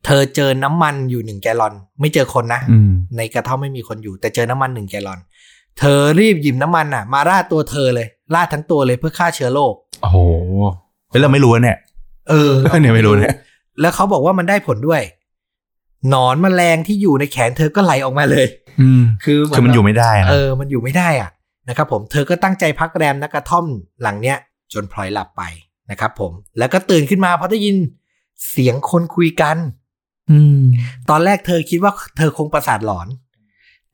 S1: เธอเจอน้ำมันอยู่หนึ่งแกลลอน ไม่เจอคนนะ
S2: อืม
S1: ในกระท่อมไม่มีคนอยู่ แต่เจอน้ำมันหนึ่งแกลลอน เธอรีบหยิบน้ำมันอ่ะ มาราดตัวเธอเลยราดทั้งตัวเลยเพื่อฆ่าเชื้อโรค
S2: โอ้โหเฮ้ยเราไม่รู้อะ เนี่ย
S1: เออ
S2: เนี่ยไม่รู้เนี่ย
S1: แล้วเขาบอกว่ามันได้ผลด้วยหนอนแมลงที่อยู่ในแขนเธอก็ไหลออกมาเลย
S2: อืม
S1: คือเห
S2: คือมันอยู่
S1: แบบ
S2: ไม่ได้นะ
S1: เออ มันอยู่ไม่ได้อ่ะนะครับผม เธอก็ตั้งใจพักแรมนกระท่อมหลังเนี้ย จนพลอยหลับไปนะครับผม แล้วก็ตื่นขึ้นมาเพราะได้ยินเสียงคนคุยกัน
S2: อืม
S1: ตอนแรกเธอคิดว่าเธอคงประสาทหลอน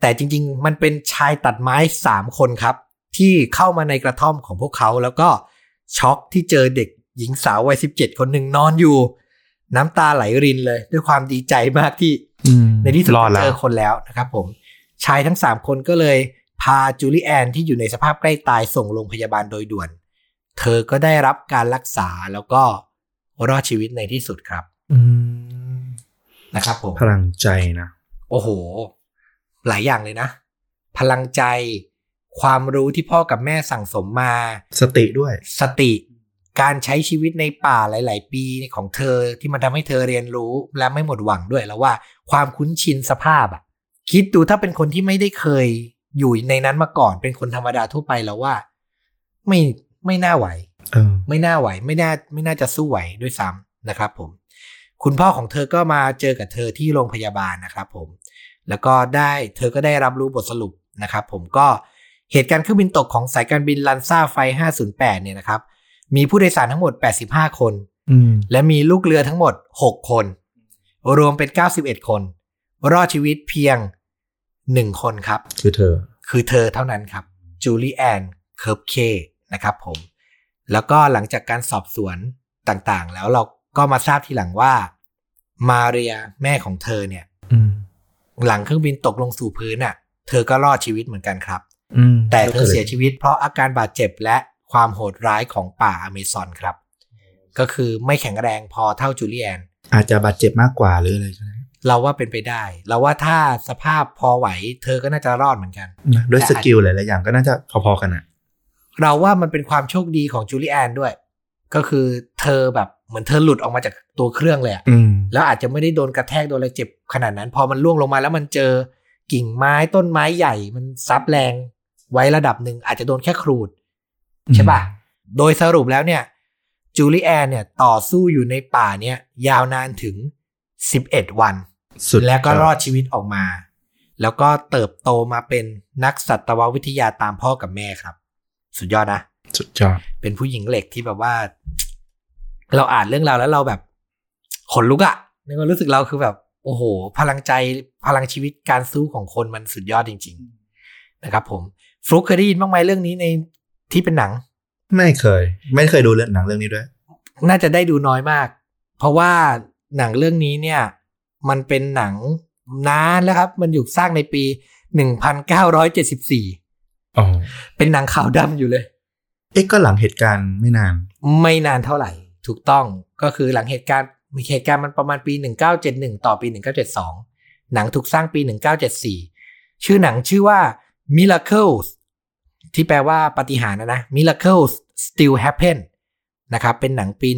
S1: แต่จริง ๆ มันเป็นชายตัดไม้สามคนครับ ที่เข้ามาในกระท่อมของพวกเขาแล้วก็ช็อกที่เจอเด็กหญิงสาววัยสิบเจ็ดคนหนึ่งนอนอยู่ น้ำตาไหลรินเลย ด้วยความดีใจมากที่
S2: อืม
S1: ในที่สุด
S2: รอดแล้
S1: เจ
S2: ว
S1: อคนแล้วนะครับผม ชายทั้ง 3 คนก็เลยพาจูเลียนที่อยู่ในสภาพใกล้ตายส่งโรงพยาบาลโดยด่วน เธอก็ได้รับการรักษาแล้วก็รอดชีวิตในที่สุดครับ
S2: อืม
S1: นะครับผม
S2: พลังใจนะ
S1: โอ้โห หลายอย่างเลยนะ พลังใจ ความรู้ที่พ่อกับแม่สั่งสมมา
S2: สติด้วย
S1: สติ การใช้ชีวิตในป่าหลาย ๆ ปีของเธอที่มันทำให้เธอเรียนรู้และไม่หมดหวังด้วยแล้วว่าความคุ้นชินสภาพอะคิดดูถ้าเป็นคนที่ไม่ได้เคยอยู่ในนั้นมาก่อน เป็นคนธรรมดาทั่วไปแล้วว่า ไม่ไม่น่าไหว
S2: เออ
S1: ไม่น่าไหว ไม่น่าไม่น่าจะสู้ไหวด้วยซ้ำนะครับผม คุณพ่อของเธอก็มาเจอกับเธอที่โรงพยาบาลนะครับผม แล้วก็ได้เธอก็ได้รับรู้บทสรุปนะครับผมก็เหตุการณ์เครื่องบินตกของสายการบินลันซ่าไฟ 508 เนี่ยนะครับ มีผู้โดยสารทั้งหมด 85 คน
S2: อืม
S1: และมีลูกเรือทั้งหมด 6 คน รวมเป็น 91 คน รอดชีวิตเพียง 1 คนครับ
S2: คือเธอ
S1: คือเธอเท่านั้นครับจูลี่แอนเคิร์บเคนะครับผม แล้วก็หลังจากการสอบสวนต่างๆ แล้วเราก็มาทราบทีหลังว่ามาเรียแม่ของเธอเนี่ย
S2: อืม
S1: หลังเครื่องบินตกลงสู่พื้นน่ะ เธอก็รอดชีวิตเหมือนกันครับ
S2: อืม
S1: แต่เธอเสียชีวิตเพราะอาการบาดเจ็บและความโหดร้ายของป่าอเมซอนครับ ก็คือไม่แข็งแรงพอเท่าจูเลียน
S2: อาจจะบาดเจ็บมากกว่าหรืออะไรก็ได้
S1: เราว่าเป็นไปได้ เราว่าถ้าสภาพพอไหว เธอก็น่าจะรอดเหมือนกัน
S2: นะด้วยสกิลหลายๆอย่างก็น่าจะพอๆกันอ่ะ
S1: เราว่ามันเป็นความโชคดีของจูเลียนด้วย ก็คือเธอแบบเหมือนเธอหลุดออกมาจากตัวเครื่องเลยอะ
S2: อืม
S1: แล้วอาจจะไม่ได้โดนกระแทกโดนอะไรเจ็บขนาดนั้น พอมันล่วงลงมาแล้วมันเจอกิ่งไม้ต้นไม้ใหญ่ มันซับแรงไว้ระดับหนึ่งอาจจะโดนแค่ครูด ใช่ป่ะ โดยสรุปแล้วเนี่ยจูเลียนเนี่ยต่อสู้อยู่ในป่าเนี่ยยาวนานถึง 11 วัน
S2: สุด
S1: แล้วก็รอดชีวิตออกมา แล้วก็เติบโตมาเป็นนักสัตววิทยาตามพ่อกับแม่ครับ สุดยอดนะ
S2: สุดยอด
S1: เป็นผู้หญิงเหล็กที่แบบว่า เราอ่านเรื่องราวแล้วเราแบบขนลุกอะในความรู้สึกเราคือแบบ โอ้โห พลังใจพลังชีวิตการสู้ของคนมันสุดยอดจริง ๆ นะครับ ผมฟลุกเคยได้ยินบ้างไหมเรื่องนี้ในที่เป็นหนัง
S2: ไม่เคย ไม่เคยดูเรื่องหนังเรื่องนี้ด้วย
S1: น่าจะได้ดูน้อยมาก เพราะว่าหนังเรื่องนี้เนี่ย มันเป็นหนังนานแล้วครับ มันอยู่สร้างในปี 1974
S2: อ๋อ
S1: เป็นหนังขาวดำอยู่เลย
S2: เอ๊ะก็หลังเหตุการณ์ไม่นาน
S1: ไม่นานเท่าไหร่ ถูกต้องก็คือหลังเหตุการณ์มีเหตุการณ์มันประมาณปี 1971 ต่อปี 1972 หนังถูกสร้างปี 1974 ชื่อหนังชื่อว่า Miracles ที่แปลว่าปาฏิหารย์นะนะ Miracles Still Happen นะครับเป็นหนังปี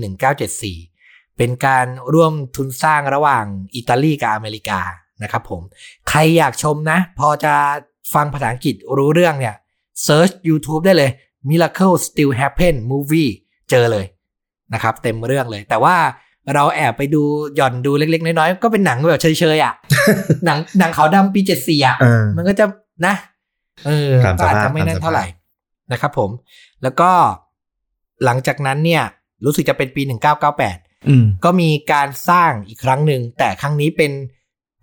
S1: 1974 เป็นการร่วมทุนสร้างระหว่างอิตาลีกับอเมริกานะครับผมใครอยากชมนะ พอจะฟังภาษาอังกฤษรู้เรื่องเนี่ย เซิร์ช YouTube ได้เลย Miracle Still Happen Movie เจอเลยนะครับ เต็มเรื่องเลย แต่ว่าเราแอบไปดูหย่อนดูเล็กๆ น้อยๆ ก็เป็นหนังแบบเชยๆอ่ะ หนังหนังขาวดำปีเจ็ดสี่อ่ะ
S2: เออ
S1: มันก็จะนะเออ
S2: ตามส
S1: ก็
S2: ภาพ
S1: อาจจะไม่นั่น
S2: ตามสภาพ
S1: เท่าไหร่นะครับผม แล้วก็หลังจากนั้นเนี่ย รู้สึกจะเป็นปี 1998
S2: อืม
S1: ก็มีการสร้างอีกครั้งหนึ่ง แต่ครั้งนี้เป็น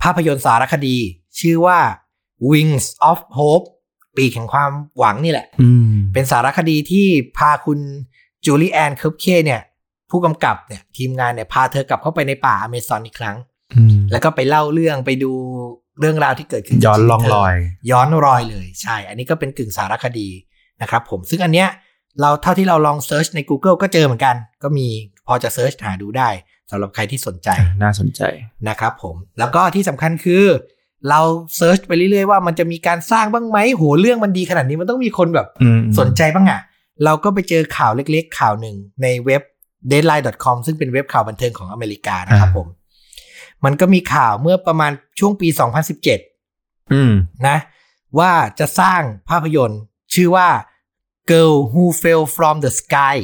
S1: ภาพยนตร์สารคดี ชื่อว่า Wings of Hope ปีกแห่งความหวังนี่แหละ
S2: อืม
S1: เป็นสารคดีที่พาคุณจูเลียนเคิร์บเคเนี่ย ผู้กำกับเนี่ย ทีมงานเนี่ย พาเธอกลับเข้าไปในป่าอเมซอนอีกครั้ง
S2: อืม
S1: แล้วก็ไปเล่าเรื่องไปดูเรื่องราวที่เกิดขึ้น
S2: ย้อนล่องรอย
S1: ย้อนรอยเลยใช่ อันนี้ก็เป็นกึ่งสารคดีนะครับผมซึ่งอันเนี้ยเราเท่าที่เราลองเซิร์ชใน Google ก็เจอเหมือนกัน ก็มีพอจะเซิร์ชหาดูได้สำหรับใครที่สนใจ
S2: น่าสนใจ
S1: นะครับผมแล้วก็ที่สำคัญคือ เราเซิร์ชไปเรื่อยๆว่ามันจะมีการสร้างบ้างไหมโหเรื่องมันดีขนาดนี้มันต้องมีคนแบบ
S2: อืม
S1: สนใจบ้างอะเราก็ไปเจอข่าวเล็กๆ ข่าวหนึ่งในเว็บ deadline.com ซึ่งเป็นเว็บข่าวบันเทิงของอเมริกานะครับผม มันก็มีข่าวเมื่อประมาณช่วงปี 2017
S2: อืม
S1: นะ ว่าจะสร้างภาพยนตร์ชื่อว่า Girl Who Fell from the Sky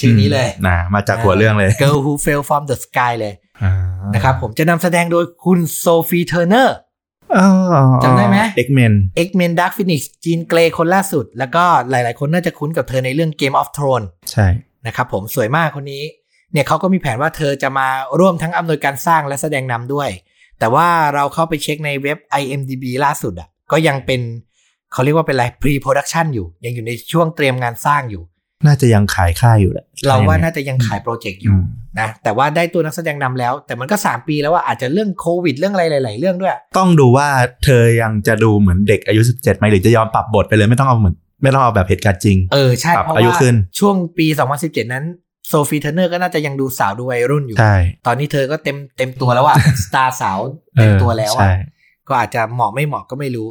S1: ชื่อนี้เลย
S2: นะ มาจากหัวเรื่องเลย
S1: Girl Who Fell from the Sky เลย
S2: อ่า
S1: นะครับผมจะนำแสดงโดยคุณโซฟีเทอร์เนอร์
S2: อ๋อ
S1: จำได้ไหม
S2: เอ็กเมน
S1: X-Men Dark Phoenix จีนเกรย์คนล่าสุด แล้วก็หลายๆ คนน่าจะคุ้นกับเธอในเรื่อง Game of Thrones
S2: ใช่
S1: นะครับผมสวยมากคนนี้ เนี่ยเขาก็มีแผนว่าเธอจะมาร่วมทั้งอำนวยการสร้างและแสดงนำด้วย แต่ว่าเราเข้าไปเช็คในเว็บ IMDB ล่าสุดอ่ะก็ยังเป็นเขาเรียกว่าเป็นอะไร pre-production อยู่ ยังอยู่ในช่วงเตรียมงานสร้างอยู่
S2: น่าจะยังขายค่ายอยู่แหละ
S1: เราว่า
S2: ใช่ไหม
S1: น่าจะยังขายโปรเจกต์อยู่ นะแต่ว่าได้ตัวนักแสดงนำแล้ว แต่มันก็ 3 ปีแล้วว่าอาจจะเรื่องโควิดเรื่องอะไรหลาย ๆ เรื่องด้วย
S2: ต้องดูว่าเธอยังจะดูเหมือนเด็กอายุ 17ไหมหรือจะยอมปรับบทไปเลยไม่ต้องเอาเหมือน ไม่ต้องเอาแบบเหตุการณ์จริง
S1: เออ ใช่
S2: ปรับ
S1: เพราะ
S2: อายุ
S1: ว่า
S2: ขึ้น
S1: ช่วงปี 2017 นั้นโซฟีเทอร์เนอร์ก็น่าจะยังดูสาวดูวัยรุ่นอยู่
S2: ใช่
S1: ตอนนี้เธอก็เต็มเต็มตัวแล้วอะ สตาร์สาว
S2: เอ
S1: เต็ม
S2: อ
S1: ตัวแล้ว
S2: ใช่
S1: อะก็อาจจะเหมาะไม่เหมาะก็ไม่รู้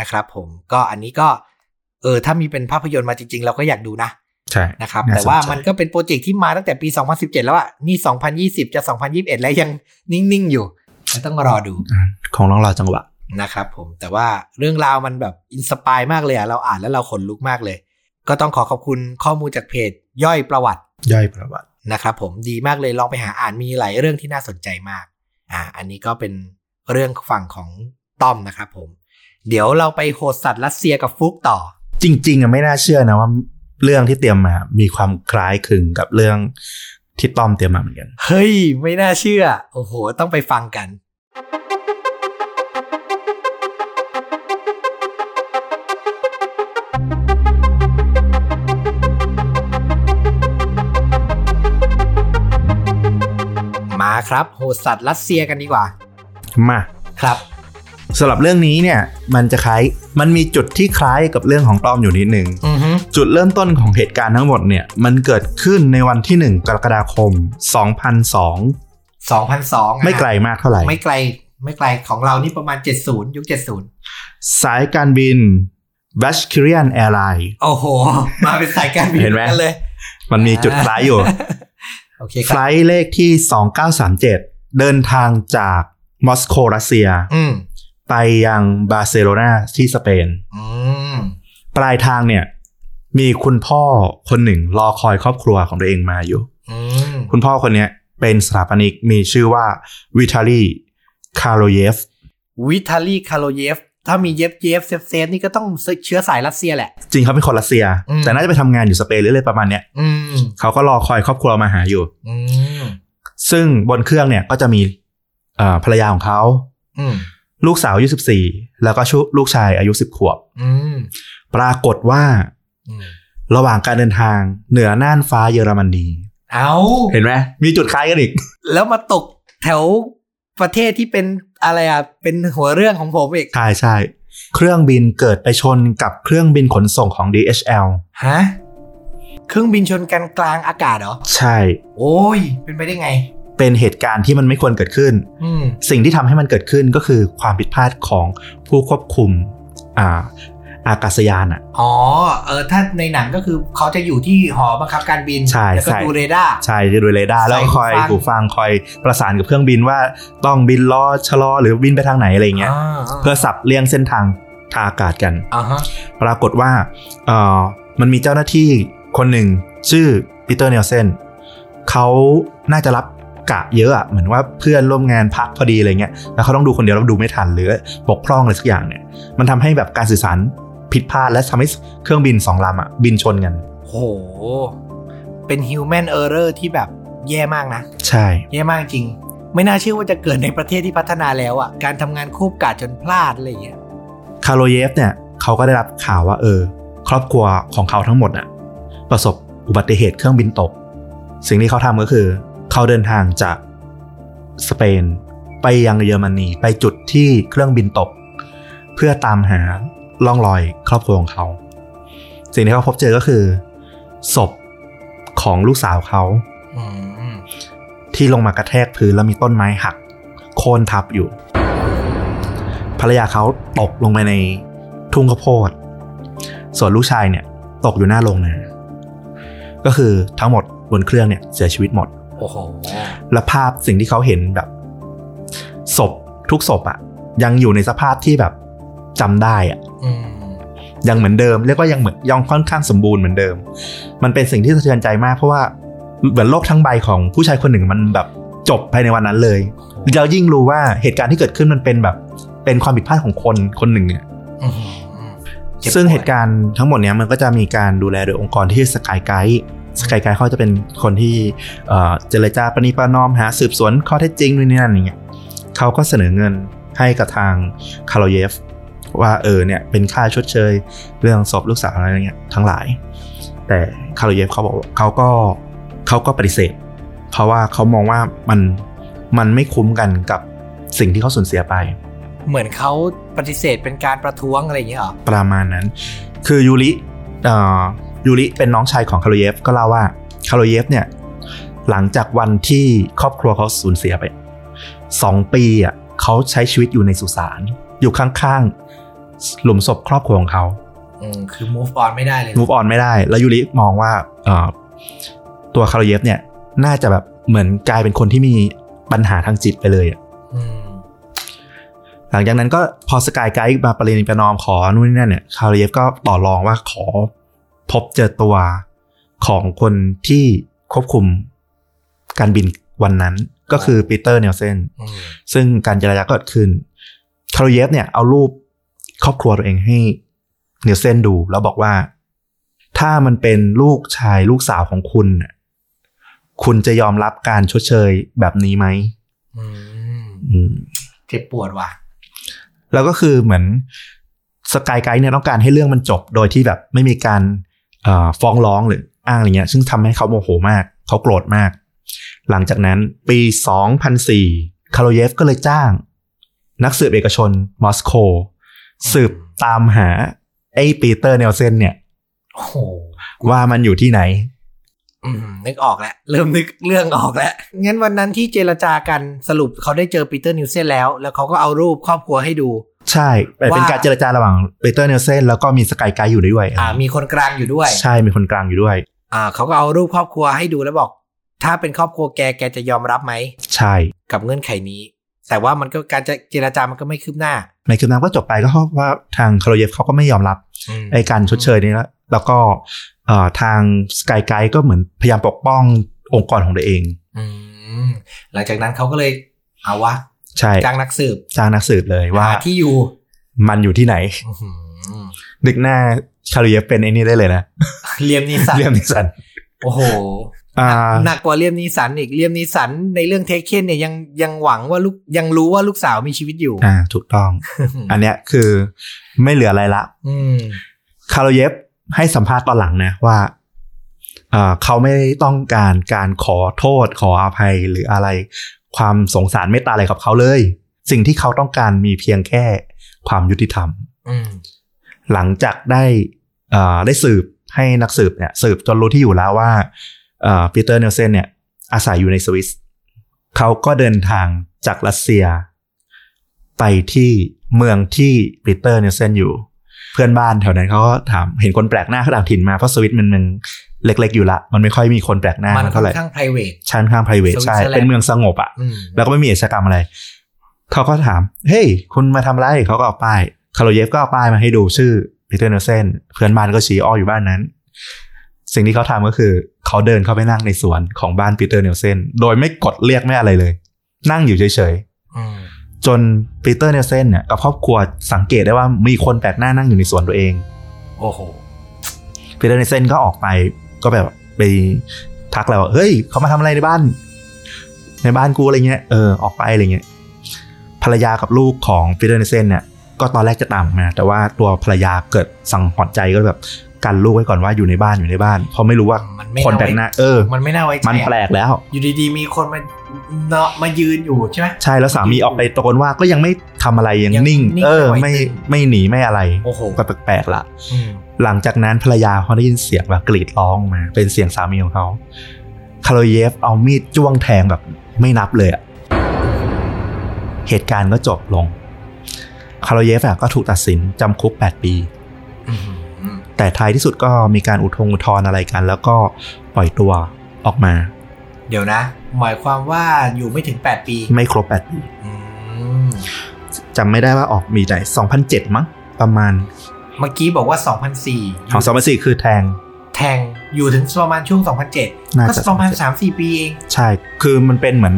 S1: นะครับผมก็อันนี้ก็ เออ ถ้ามีเป็นภาพยนตร์มาจริง ๆ เราก็อยากดูนะ
S2: ใช่
S1: นะครับ
S2: สใจ
S1: แต่ว่ามันก็เป็นโปรเจกต์ที่มาตั้งแต่ปี 2017 แล้วอะนี่ 2020 จะ 2021 แล้วยังนิ่ง ๆ อยู่ก็ต้องรอดู
S2: คงต้องรอจังหวะ
S1: นะครับผมแต่ว่าเรื่องราวมันแบบอินสปายมากเลยอะเราอ่านแล้วเราขนลุกมากเลย ก็ต้องขอขอบคุณข้อมูลจากเพจย่อยประวัติ
S2: ย่อยประวัติ
S1: นะครับผมดีมากเลยลองไปหาอ่านมีหลายเรื่องที่น่าสนใจมาก อ่า อันนี้ก็เป็นเรื่องฝั่งของต้อมนะครับผม เดี๋ยวเราไปโหดสัตว์รัสเซียกับฟุกต่อ
S2: จริง ๆอะไม่น่าเชื่อนะว่าเรื่องที่เตรียมมามีความคล้ายคลึงกับเรื่องที่ต้อมเตรียมมาเหมือนกัน
S1: เฮ้ย ไม่น่าเชื่อ โอ้โห ต้องไปฟังกัน มาครับ โหดสัตว์รัสเซียกันดีกว่า
S2: มา
S1: ครับ
S2: สำหรับเรื่องนี้เนี่ยมันจะคล้ายมันมีจุดที่คล้ายกับเรื่องของต้อมอยู่นิดนึง
S1: อือฮึ
S2: จุดเริ่มต้นของเหตุการณ์ทั้งหมดเนี่ยมันเกิดขึ้นในวันที่ 1 กรกฎาคม 2002
S1: สองพันสอง
S2: ไม่ไกลมากเท่าไหร่
S1: ไม่ไกล ไม่ไกลของเรานี่ประมาณ 70 ยุค 70
S2: สายการบิน b a s k i r i a n Airlines
S1: โอ้โห มาเป็นสายการบิน
S2: เห็นไหม
S1: กันเลย
S2: มันมีจุดคล้ายอยู่
S1: โอเคค
S2: ไฟ
S1: รับ
S2: ล์เลขที่ 2937 เดินทางจากมอสโกรัสเซีย
S1: อืม
S2: ไปยังบาร์เซโลนาที่สเปน
S1: อืม
S2: ปลายทางเนี่ย มีคุณพ่อคนหนึ่งรอคอยครอบครัวของตัวเองมาอยู่
S1: อืม
S2: คุณพ่อคนเนี้ยเป็นสถาปนิกมีชื่อว่าวิทาลีคาโรเยฟ
S1: วิทาลีคาโลเยฟ ถ้ามีเยฟเยฟเซฟเซฟนี่ก็ต้องเชื้อสายรัสเซียแหละ
S2: จริงเขาเป็นคนรัสเซีย
S1: อืม
S2: แต่น่าจะไปทำงานอยู่สเปนหรืออะไรประมาณเนี้ย
S1: อืม
S2: เขาก็รอคอยครอบครัวมาหาอยู่
S1: อืม
S2: ซึ่งบนเครื่องเนี่ยก็จะมีเอ่อภรรยาของเขา
S1: อืม
S2: ลูกสาวอายุ14 แล้วก็ชุลูกชายอายุ 10 ขวบ
S1: อืม
S2: ปรากฏว่า
S1: อืม
S2: ระหว่างการเดินทางเหนือน่านฟ้าเยอรมนี
S1: เอา
S2: เห็นไหมมีจุดคล้ายกันอีก
S1: แล้วมาตกแถวประเทศที่เป็นอะไรอ่ะ เป็นหัวเรื่องของผมอีก
S2: ใช่ใช่เครื่องบินเกิดไปชนกับเครื่องบินขนส่งของ DHL
S1: ฮะ เครื่องบินชนกันกลางอากาศเหรอ
S2: ใช่
S1: โอ้ย เป็นไปได้ไง
S2: เป็นเหตุการณ์ที่มันไม่ควรเกิดขึ้น
S1: อืม
S2: สิ่งที่ทำให้มันเกิดขึ้นก็คือความผิดพลาดของผู้ควบคุมอ่าอากาศยานอ่ะ
S1: อ๋อ เออ ถ้าในหนังก็คือเขาจะอยู่ที่หอบังคับการบิน
S2: ใช่
S1: แล้วก็
S2: ใช่
S1: ดูเรดาร์
S2: ใช่จะดูเรดาร์แล้วก็คอย
S1: ใส่หูฟัง
S2: หูฟังคอยประสานกับเครื่องบินว่าต้องบินล้อชะลอหรือบินไปทางไหนอะไรอย่างเงี้ย
S1: อ่า
S2: เพื่อสับเลี่ยงเส้นทางทางอากาศกัน
S1: อ่าฮะ
S2: ปรากฏว่าเอ่อมันมีเจ้าหน้าที่คนหนึ่งชื่อปีเตอร์เนลเซนเขาน่าจะรับกะเยอะอะเหมือนว่าเพื่อนร่วมงานพักพอดีอะไรเงี้ยแล้วเขาต้องดูคนเดียวแล้วดูไม่ทันหรือบกพร่องอะไรสักอย่างเนี่ย มันทำให้แบบการสื่อสารผิดพลาดและทำให้เครื่องบินสองลำอะบินชนกัน
S1: โห เป็น human error ที่แบบแย่มากนะ
S2: ใช่
S1: แย่มากจริง ไม่น่าเชื่อว่าจะเกิดในประเทศที่พัฒนาแล้วอ่ะ การทำงานควบกาดจนพลาดอะไรอย่างเงี้ย
S2: คาร์โลเยฟเนี่ยเขาก็ได้รับข่าวว่าเออ ครอบครัวของเขาทั้งหมดน่ะ ประสบอุบัติเหตุเครื่องบินตก สิ่งที่เขาทำก็คือ เขาเดินทางจากสเปน ไป ไปยังเยอรมนีไปจุดที่เครื่องบินตก เพื่อตามหาล่องรอยครอบครัวของเขา สิ่งที่เขาพบเจอก็คือ ศพของลูกสาวเขา
S1: อืม
S2: ที่ลงมากระแทกพื้นแล้วมีต้นไม้หัก โค่นทับอยู่ ภรรยาเขาตกลงไปในทุ่งข้าวโพด ส่วนลูกชายเนี่ย ตกอยู่หน้าโรงนาก็คือทั้งหมดบนเครื่องเนี่ยเสียชีวิตหมด
S1: โอ้โห
S2: และภาพสิ่งที่เขาเห็นแบบศพทุกศพอะยังอยู่ในสภาพที่แบบจำได้อะ
S1: อืม
S2: ยังเหมือนเดิมเรียกว่ายังเหมือนยังค่อนข้างสมบูรณ์เหมือนเดิม มันเป็นสิ่งที่สะเทือนใจมากเพราะว่าเหมือนโลกทั้งใบของผู้ชายคนหนึ่งมันแบบจบภายในวันนั้นเลย เรายิ่งรู้ว่าเหตุการณ์ที่เกิดขึ้นมันเป็นแบบเป็นความผิดพลาดของคนคนหนึ่งเนี่ย
S1: อืมจ็บ
S2: ซึ่งเหตุการณ์ทั้งหมดเนี้ยมันก็จะมีการดูแลโดยองค์กรที่สกายไกด์สกายไกด์เขาจะเป็นคนที่เอ่อเจรจาปณิประนอมหาสืบสวนข้อเท็จจริงนู่นนี่นั่นอย่างเงี้ยเขาก็เสนอเงินให้กับทางคาร์โลเยฟ ว่าเออเนี่ยเป็นค่าชดเชยเรื่องศพลูกสาวอะไรเงี้ยทั้งหลาย แต่คาร์โลเยฟเขาบอกว่าเขาก็เขาก็ปฏิเสธ เพราะว่าเขามองว่ามันมันไม่คุ้มกันกับสิ่งที่เขาสูญเสียไป
S1: เหมือนเขาปฏิเสธเป็นการประท้วงอะไรอย่างเงี้ยเหรอ
S2: ประมาณนั้น คือยูริเอ่อยูริเป็นน้องชายของคาโรเยฟก็เล่าว่าคาโรเยฟเนี่ยหลังจากวันที่ครอบครัวเขาสูญเสียไปสองปีอ่ะเขาใช้ชีวิตอยู่ในสุสานอยู่ข้างๆ หลุมศพครอบครัวของเขา
S1: อืมคือ move on ไม่ได้เลย
S2: move on ไม่ได้ แล้วยูริมองว่าเอ่อตัวคาโรเยฟเนี่ยน่าจะแบบเหมือนกลายเป็นคนที่มีปัญหาทางจิตไปเลยอะ
S1: อืม
S2: หลังจากนั้นก็พอสกายไกด์มาประเนิประนอมขอนู่นนี่นั่นเนี่ยคาริเยฟก็ต่อรองว่าขอพบเจอตัวของคนที่ควบคุมการบินวันนั้นก็คือปีเตอร์เนลเซน
S1: อืม
S2: ซึ่งการเจรจาก็เกิดขึ้นคาริเยฟเนี่ยเอารูปครอบครัวตัวเองให้เนลเซนดูแล้วบอกว่า ถ้ามันเป็นลูกชายลูกสาวของคุณน่ะคุณจะยอมรับการชดเชยแบบนี้ไหม
S1: อืม
S2: อืม
S1: เจ็บปวดว่ะ
S2: แล้วก็คือเหมือนสกายไกด์เนี่ยต้องการให้เรื่องมันจบโดยที่แบบไม่มีการเอ่อฟ้องร้องหรืออ้างอะไรเงี้ย ซึ่งทำให้เขาโมโหมาก เขาโกรธมาก หลังจากนั้นปี 2004 คาโรเยฟก็เลยจ้าง นักสืบเอกชนมอสโกสืบตามหาไอ้ปีเตอร์เนลเซนเนี่ย
S1: โอ้โห
S2: ว่ามันอยู่ที่ไหน
S1: อืมนึกออกแล้ว เริ่มนึกเรื่องออกแล้ว งั้นวันนั้นที่เจรจากันสรุปเขาได้เจอปีเตอร์นิวเซนแล้ว แล้วเขาก็เอารูปครอบครัวให้ดู
S2: ใช่เป็น
S1: ว่า
S2: การเจรจาระหว่างปีเตอร์เนลเซนแล้วก็มีสกายไกด์อยู่ด้วย
S1: อ่า มีคนกลางอยู่ด้วย
S2: ใช่มีคนกลางอยู่ด้วย
S1: อ่าเขาก็เอารูปครอบครัวให้ดูแล้วบอก ถ้าเป็นครอบครัวแกแกจะยอมรับไหม
S2: ใช่
S1: กับเงื่อนไขนี้ แต่ว่ามันก็การจะเจรจามันก็ไม่คืบหน้า
S2: ในคืนนั้นก็จบไปก็เพราะว่าทางคาโรเยฟเขาก็ไม่ยอมรับ
S1: ม
S2: ไอการชดเชยนี้แล้วแล้วก็เอ่อทางสกายไกด์ก็เหมือนพยายามปกป้ององค์กรของตัวเอง
S1: อืมหลังจากนั้นเขาก็เลยเอาวะ
S2: ใช่
S1: จ้างนักสืบ
S2: จ้างนักสืบเลยว่า
S1: หที่อยู่
S2: มันอยู่ที่ไหน
S1: อื้อหือ
S2: ดึกหน้าคาโรเยฟเป็นไอ้นี่ได้เลยนะ
S1: เลียมนิสัน
S2: เรียมนิสัน
S1: โอ้โห
S2: อ่า
S1: หนักกว่าเลียมนีสันอีกเลียมนีสันในเรื่องเทคเคนเนี่ยยังยังหวังว่าลูกยังรู้ว่าลูกสาวมีชีวิตอยู่
S2: อ่าถูกต้อง อันเนี้ยคือไม่เหลืออะไรละ
S1: อืม
S2: คาโรเยฟให้สัมภาษณ์ตอนหลังนะว่าเอ่อเขาไม่ต้องการการขอโทษขออภัยหรืออะไร ความสงสารเมตตาอะไรกับเขาเลย สิ่งที่เขาต้องการมีเพียงแค่ความยุติธรรม
S1: อืม
S2: หลังจากได้เอ่อได้สืบให้นักสืบเนี่ยสืบจนรู้ที่อยู่แล้วว่าปีเตอร์เนลเซนเนี่ยอาศัยอยู่ในสวิสเขาก็เดินทางจากรัสเซีย ไปที่เมืองที่ปีเตอร์เนลเซนอยู่ เพื่อนบ้านแถวนั้นเขาก็ถามเห็นคนแปลกหน้าเขาต่างถิ่นมาเพราะสวิตมันเมืองเล็ก ๆ อยู่ละ มันไม่ค่อยมีคนแปลกหน้า
S1: มันค่
S2: มัน
S1: อ
S2: เท่าไหร่
S1: นข้าง private
S2: ชั้นข้าง p r i v a t ใช่
S1: Switzerland
S2: เป็นเมืองสงบอ่ะ
S1: อืม
S2: แล้วก็ไม่มีอาชญากรรมอะไร เขาก็ถาม เฮ้ย คุณมาทำอะไร เขาก็เอาป้าย คาร์โลเยฟก็เอาป้ายมาให้ดูชื่อปีเตอร์เนลเซน เพื่อนบ้านก็ชี้อ้ออยู่บ้านนั้น สิ่งที่เขาทำก็คือ เขาเดินเข้าไปนั่งในสวนของบ้านปีเตอร์เนลเซน โดยไม่กดเรียกไม่อะไรเลย นั่งอยู่เฉย
S1: อืม
S2: ๆ จนปีเตอร์เนลเซนเนี่ยกับครอบครัวสังเกตได้ว่ามีคนแปลกหน้านั่งอยู่ในสวนตัวเอง
S1: โอ้โห
S2: ปีเตอร์เนลเซนก็ออกไปก็แบบไปทักแล้วว่าเฮ้ยเขามาทำอะไรในบ้าน ในบ้านกูอะไรเงี้ยเออออกไปอะไรเงี้ยภรรยากับลูกของปีเตอร์เนลเซนเนี่ยก็ตอนแรกจะตามออกมา แต่ว่าตัวภรรยาเกิดสังหรณ์ใจก็แบบ กันลูกไว้ก่อนว่าอยู่ในบ้านอยู่ในบ้านเพราะไม่รู้ว่า
S1: มันไม่
S2: คนแปลกหน้าเออ
S1: มันไม่น่าไว้ใจ
S2: มันแปลกแล้ว
S1: อยู่ดีๆ มีคนมาเนาะมายืนอยู่ใช่ไหม
S2: ใช่แล้วสามีออกไปตะโกนว่าก็ยังไม่ทำอะไรยัง
S1: ยัง
S2: นิ่ง
S1: นิ่ง
S2: เออ
S1: ไม่ไหว
S2: ไม่
S1: จริง
S2: ไม่หนีไม่อะไร
S1: โอ้โห
S2: ก็แปลกๆละ
S1: อืม
S2: หลังจากนั้นภรรยาเขาได้ยินเสียงแบบกรีดร้องมา เป็นเสียงสามีของเขาคาโรเยฟเอามีดจ้วงแทงแบบไม่นับเลยอะเหตุการณ์ก็จบลงคาโรเยฟอะก็ถูกตัดสินจำคุก 8 ปี
S1: อืม
S2: แต่ท้ายที่สุดก็มีการอุทธงอุทธรณ์อะไรกัน แล้วก็ปล่อยตัวออกมา
S1: เดี๋ยวนะ หมายความว่าอยู่ไม่ถึง 8 ปี
S2: ไม่ครบ 8 ปี
S1: อืม
S2: จำไม่ได้ว่าออกมีไหน2007 มั้งประมาณ
S1: เมื่อกี้บอกว่า 2004
S2: ของ2004คือแทง
S1: แทงอยู่ถึงประมาณช่วง 2007
S2: น่า
S1: ก็
S2: จะ
S1: ประมาณ3-4 ปีเอง
S2: ใช่ คือมันเป็นเหมือน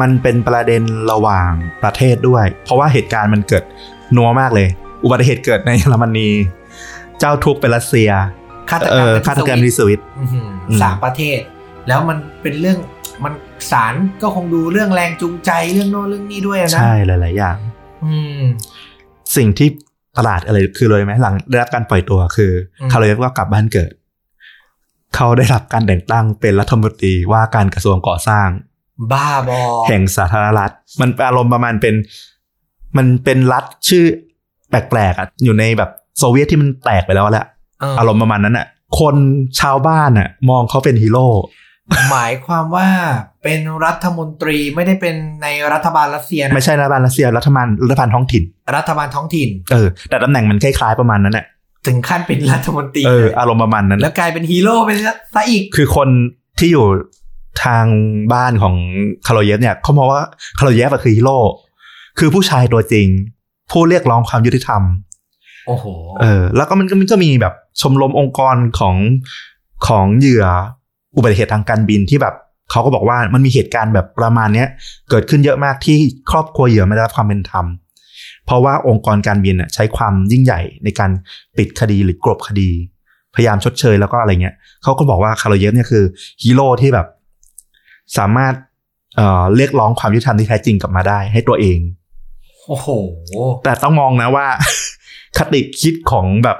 S2: มันเป็นประเด็นระหว่างประเทศด้วย เพราะว่าเหตุการณ์มันเกิดนัวมากเลย อุบัติเหตุเกิดในเยอรมนี เจ้าทุกข์เป็นรัสเซีย
S1: ฆาต
S2: เอก
S1: รรม
S2: อ
S1: เป็น
S2: ฆาตกรรม
S1: สวิ
S2: ที่
S1: ต
S2: สวิต
S1: อื้อหือ
S2: อืม
S1: สามประเทศ แล้วมันเป็นเรื่องมันสารก็คงดูเรื่องแรงจูงใจเรื่องโน้นเรื่องนี้ด้วยนะ
S2: ใช่หลาย ๆ อย่าง
S1: อืม
S2: สิ่งที่ประหลาดอะไรคือเลยไหมหลังได้รับการปล่อยตัวคืออ
S1: ม
S2: คาร์โรเยฟก็กลับบ้านเกิด เขาได้รับการแต่งตั้งเป็นรัฐมนตรีว่าการกระทรวงก่อสร้าง
S1: บ้าบอ
S2: แห่งสาธารณรัฐ มันอารมณ์ประมาณเป็น มันเป็นรัฐชื่อแปลกๆอ่ะอยู่ในแบบโซเวียตที่มันแตกไปแล้วแหละ
S1: เออ
S2: อารมณ์ประมาณนั้นอ่ะ คนชาวบ้านอ่ะ มองเขาเป็นฮีโร่
S1: หมายความว่าเป็นรัฐมนตรีไม่ได้เป็นในรัฐบาลรัสเซียนะ
S2: ไม่ใช่รัฐบาลรัสเซียรัฐบาลรัฐบาลท้องถิ่น
S1: รัฐบาลท้องถิ่น
S2: เออแต่ตำแหน่งมันคล้ายๆประมาณนั้นแหละ
S1: ถึงขั้นเป็นรัฐมนตรี
S2: เออ
S1: เลย
S2: อารมณ์ประมาณนั้น
S1: แล้วกลายเป็นฮีโร่ไปซะอีก
S2: คือคนที่อยู่ทางบ้านของคาร์โรเยฟเนี่ยเขามองว่าคาร์โรเยฟอะคือฮีโร่คือผู้ชายตัวจริง ผู้เรียกร้องความยุติธรรม
S1: โอ้โห
S2: เออแล้วก็มันก็มันก็มีแบบชมรมองค์กรของของเหยื่ออุบัติเหตุทางการบินที่แบบเขาก็บอกว่ามันมีเหตุการณ์แบบประมาณเนี้ยเกิดขึ้นเยอะมากที่ครอบครัวเหยื่อไม่ได้รับความเป็นธรรม เพราะว่าองค์กรการบินน่ะใช้ความยิ่งใหญ่ในการปิดคดีหรือกลบคดี พยายามชดเชยแล้วก็อะไรเงี้ยเขาก็บอกว่าคาร์โลเยฟเนี่ยคือฮีโร่ที่แบบสามารถเอ่อเรียกร้องความยุติธรรมที่แท้จริงกลับมาได้ให้ตัวเอง
S1: โอ้โห
S2: แต่ต้องมองนะว่า คติคิดของแบบ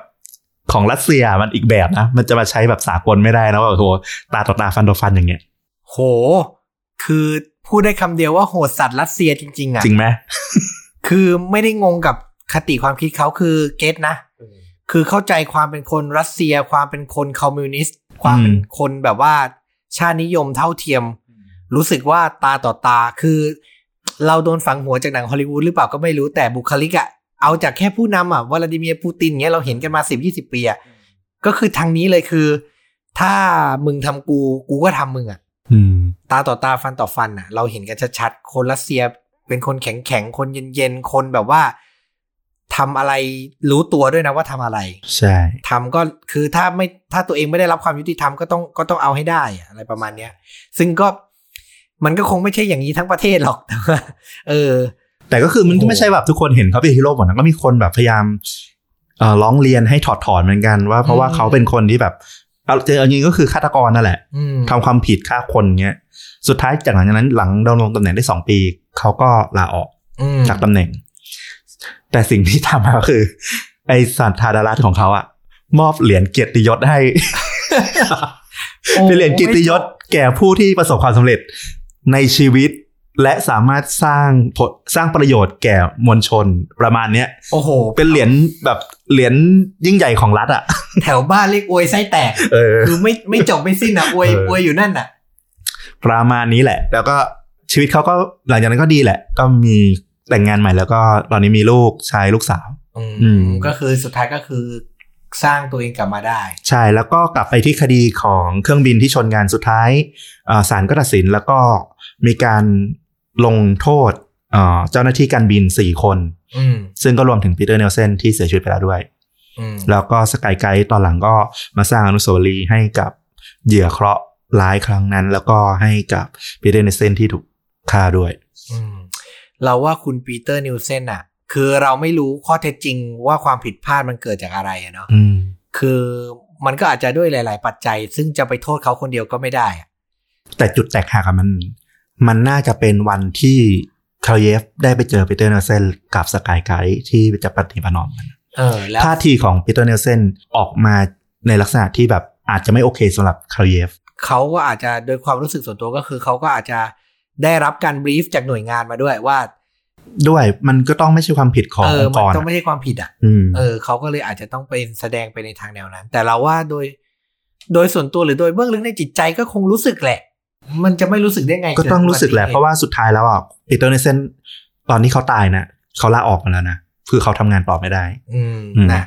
S2: ของรัสเซียมันอีกแบบนะ มันจะมาใช้แบบสากลไม่ได้นะว่าโอ้โหตาต่อตาฟันต่อฟันอย่างเงี้ย
S1: โห คือพูดได้คำเดียวว่าโหดสัตว์รัสเซียจริงๆอ่ะ
S2: จริงไหม
S1: คือไม่ได้งงกับคติความคิดเขาคือเก็ตนะ คือเข้าใจความเป็นคนรัสเซีย ความเป็นคนคอมมิวนิสต์ ความเป็นคนแบบว่า ชาตินิยมเท่าเทียม รู้สึกว่าตาต่อตาคือ เราโดนฝังหัวจากหนังฮอลลีวูดหรือเปล่าก็ไม่รู้แต่บุคลิกอะเอาจากแค่ผู้นำอะวลาดิเมียร์ปูตินเงี้ยเราเห็นกันมาสิบยี่สิบปีอะก็คือทางนี้เลยคือ ถ้ามึงทำกูกูก็ทำมึงอะ
S2: อืม
S1: ตาต่อตาฟันต่อฟันน่ะ เราเห็นกันชัดๆ คนรัสเซียเป็นคนแข็งแข็งๆคนเย็นๆ คนแบบว่าทำอะไรรู้ตัวด้วยนะว่าทำอะไร
S2: ใช่
S1: ทำก็คือถ้าไม่ถ้าตัวเองไม่ได้รับความยุติธรรมก็ต้องก็ต้องเอาให้ได้อะอะไรประมาณเนี้ย ซึ่งก็มันก็คงไม่ใช่อย่างนี้ทั้งประเทศหรอก แต่ว่าเออ
S2: แต่ก็คือมัน
S1: โอ้
S2: ก็
S1: โห
S2: ไม่ใช่แบบทุกคนเห็นเขาเป็นฮีโร่หมดนะก็มีคนแบบพยายามเอ่อร้องเรียนให้ถอดถอนเหมือนกันว่าเพราะว่าเขาเป็นคนที่แบบเอาจริงๆก็คือฆาตกรนั่นแหละ
S1: อืม
S2: ทำความผิดฆ่าคนเงี้ย สุดท้ายจากหลังจากนั้นหลังดำรงตำแหน่งได้สองปี เขาก็ลาออก
S1: อืม
S2: จากตำแหน่ง แต่สิ่งที่ทำมาคือ ไอสัตธารรัฐของเขาอะมอบเหรียญเกียรติยศให้ เป็นเหรียญเกียรติยศ แก่ผู้ที่ประสบความสำเร็จในชีวิต และสามารถสร้างผลสร้างประโยชน์แก่มวลชนประมาณเนี้ย
S1: โอ้โห
S2: เป็นเหรียญแบบเหรียญยิ่งใหญ่ของรัฐอะ
S1: แถวบ้านเรียกอวยไส้แตก
S2: เออ
S1: คือไม่ไม่จบไม่สิ้นอ่ะอวย
S2: เออ
S1: อวยอยู่นั่นอ่ะ
S2: ประมาณนี้แหละ แล้วก็ชีวิตเขาก็หลังจากนั้นก็ดีแหละ ก็มีแต่งงานใหม่แล้วก็ตอนนี้มีลูกชายลูกสาว
S1: อืม
S2: อืม
S1: ก็คือสุดท้ายก็คือสร้างตัวเองกลับมาได้
S2: ใช่แล้วก็กลับไปที่คดีของเครื่องบินที่ชนงานสุดท้ายเอ่อศาลก็ตัดสินแล้วก็มีการลงโทษเอ่อเจ้าหน้าที่การบิน 4 คน
S1: อืม
S2: ซึ่งก็รวมถึงปีเตอร์เนลเซนที่เสียชีวิตไปแล้วด้วย
S1: อืม
S2: แล้วก็สกายไกด์ตอนหลังก็มาสร้างอนุสาวรีย์ให้กับเหยื่อเคราะห์ร้ายครั้งนั้น แล้วก็ให้กับปีเตอร์เนลเซนที่ถูกฆ่าด้วย
S1: อืมเราว่าคุณปีเตอร์นิวเซนอ่ะ คือเราไม่รู้ข้อเท็จจริงว่าความผิดพลาดมันเกิดจากอะไรอะเนาะ
S2: อืม
S1: คือมันก็อาจจะด้วยหลาย ๆ ปัจจัย ซึ่งจะไปโทษเขาคนเดียวก็ไม่ได้อะ
S2: แต่จุดแตกหักอะมัน มันน่าจะเป็นวันที่คาร์เยฟได้ไปเจอปีเตอร์เนลเซนกับสกายไกด์ที่จะปฏิบัติหนอมกัน
S1: เออ แล้ว
S2: ท่าทีของปีเตอร์เนลเซนออกมา ในลักษณะที่แบบอาจจะไม่โอเคสำหรับคาเยฟ
S1: เขาก็อาจจะโดยความรู้สึกส่วนตัวก็คือเขาก็อาจจะได้รับการบรีฟจากหน่วยงานมาด้วยว่า
S2: ด้วยมันก็ต้องไม่ใช่ความผิดของ
S1: เอ
S2: อ
S1: อง
S2: ค์
S1: มัน
S2: กร
S1: ต้องไม่ใช่ความผิดอ่ะ
S2: อืม
S1: เออเขาก็เลยอาจจะต้องไปแสดงไปในทางแนวนั้น แต่เราว่าโดย โดยส่วนตัวหรือโดยเบื้องลึกในจิตใจก็คงรู้สึกแหละ มันจะไม่รู้สึกได้ไง
S2: ก็ต้องรู้สึกแหละ เพราะว่าสุดท้ายแล้วอ่ะปีเตอร์เนเซนตอนที่เขาตายนะเขาลาออกมาแล้วนะ คือเขาทำงานต่อไม่ได้
S1: อืม
S2: อืม
S1: นะ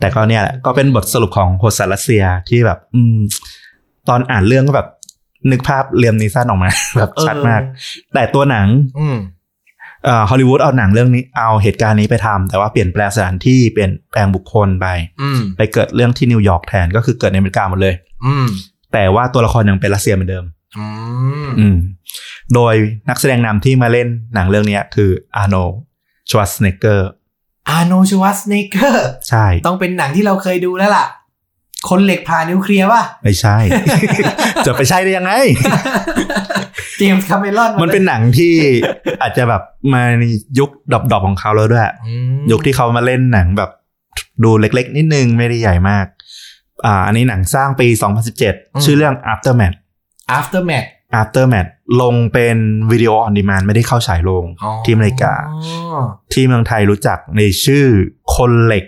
S2: แต่ก็เนี่ยแหละก็เป็นบทสรุปของโฮสารัสเซียที่แบบ อืม ตอนอ่านเรื่องก็แบบ นึกภาพเรียมนีสันออกมา แบบชัดมาก แต่ตัวหนัง
S1: อืม
S2: เอ่อฮอลลีวูดเอาหนังเรื่องนี้เอาเหตุการณ์นี้ไปทำแต่ว่าเปลี่ยนแปลงสถานที่เปลี่ยนแปลงบุคคลไป
S1: อืม
S2: ไปเกิดเรื่องที่นิวยอร์กแทนก็คือเกิดในอเมริกาหมดเลย
S1: อืม
S2: แต่ว่าตัวละครยังเป็นรัสเซียเหมือนเดิม
S1: อืม
S2: อืม โดยนักแสดงนำที่มาเล่นหนังเรื่องเนี้ยคืออาร์โนชวัสเนเกอร์
S1: อาโนชวัสเนเกอร์
S2: ใช่
S1: ต้องเป็นหนังที่เราเคยดูแล้วล่ะ คนเหล็กผ่านิวเคลียร์ป่ะ
S2: ไม่ใช่ จะไปใช่ได้ยังไง
S1: เจมส์คาเมรอน
S2: มันเป็นหนังที่อาจจะแบบมาในยุคดอบๆของเขาแล้วด้วย
S1: อืม
S2: ยุคที่เขามาเล่นหนังแบบดูเล็กๆ นิดนึงไม่ได้ใหญ่มาก อ่า อันนี้หนังสร้างปี 2017 ชื่อเรื่อง Aftermath
S1: a f t e r m a t h
S2: Aftermath ลงเป็นวิดีโอออนดีมานไม่ได้เข้าฉายโรงที่อเมริกา ที่เมืองไทยรู้จักในชื่อคนเหล็ก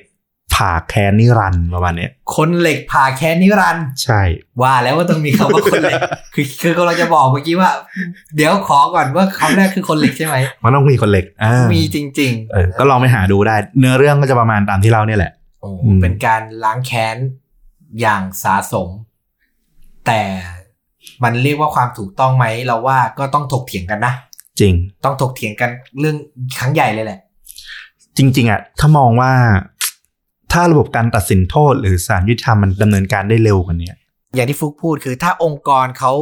S2: ผ่าแค้นนิรันดร์ประมาณเนี้ย
S1: คนเหล็กผ่าแค้นนิรันดร์
S2: ใช่
S1: ว่าแล้วว่าต้องมีคำว่าคนเหล็ก คือคือเราจะบอกเมื่อกี้ว่า เดี๋ยวขอก่อนว่าคำแรกคือคนเหล็กใช่ไหม
S2: มันต้องมีคนเหล็กอ่า
S1: มีจริง
S2: เออก็ลองไปหาดูได้ เนื้อเรื่องก็จะประมาณตามที่เล่าเนี่ยแหละ
S1: โอ้
S2: อืม
S1: เป็นการล้างแค้นอย่างสาสม แต่มันเรียกว่าความถูกต้องไหมเราว่าก็ต้องถกเถียงกันนะ
S2: จริง
S1: ต้องถกเถียงกันเรื่องครั้งใหญ่เลยแหละ
S2: จริง ๆอ่ะถ้ามองว่า ถ้าระบบการตัดสินโทษ หรือศาลยุติธรรมมันดำเนินการได้เร็วกว่าเนี้ย
S1: อย่างที่ฟุกพูดคือถ้าองค์กรเขา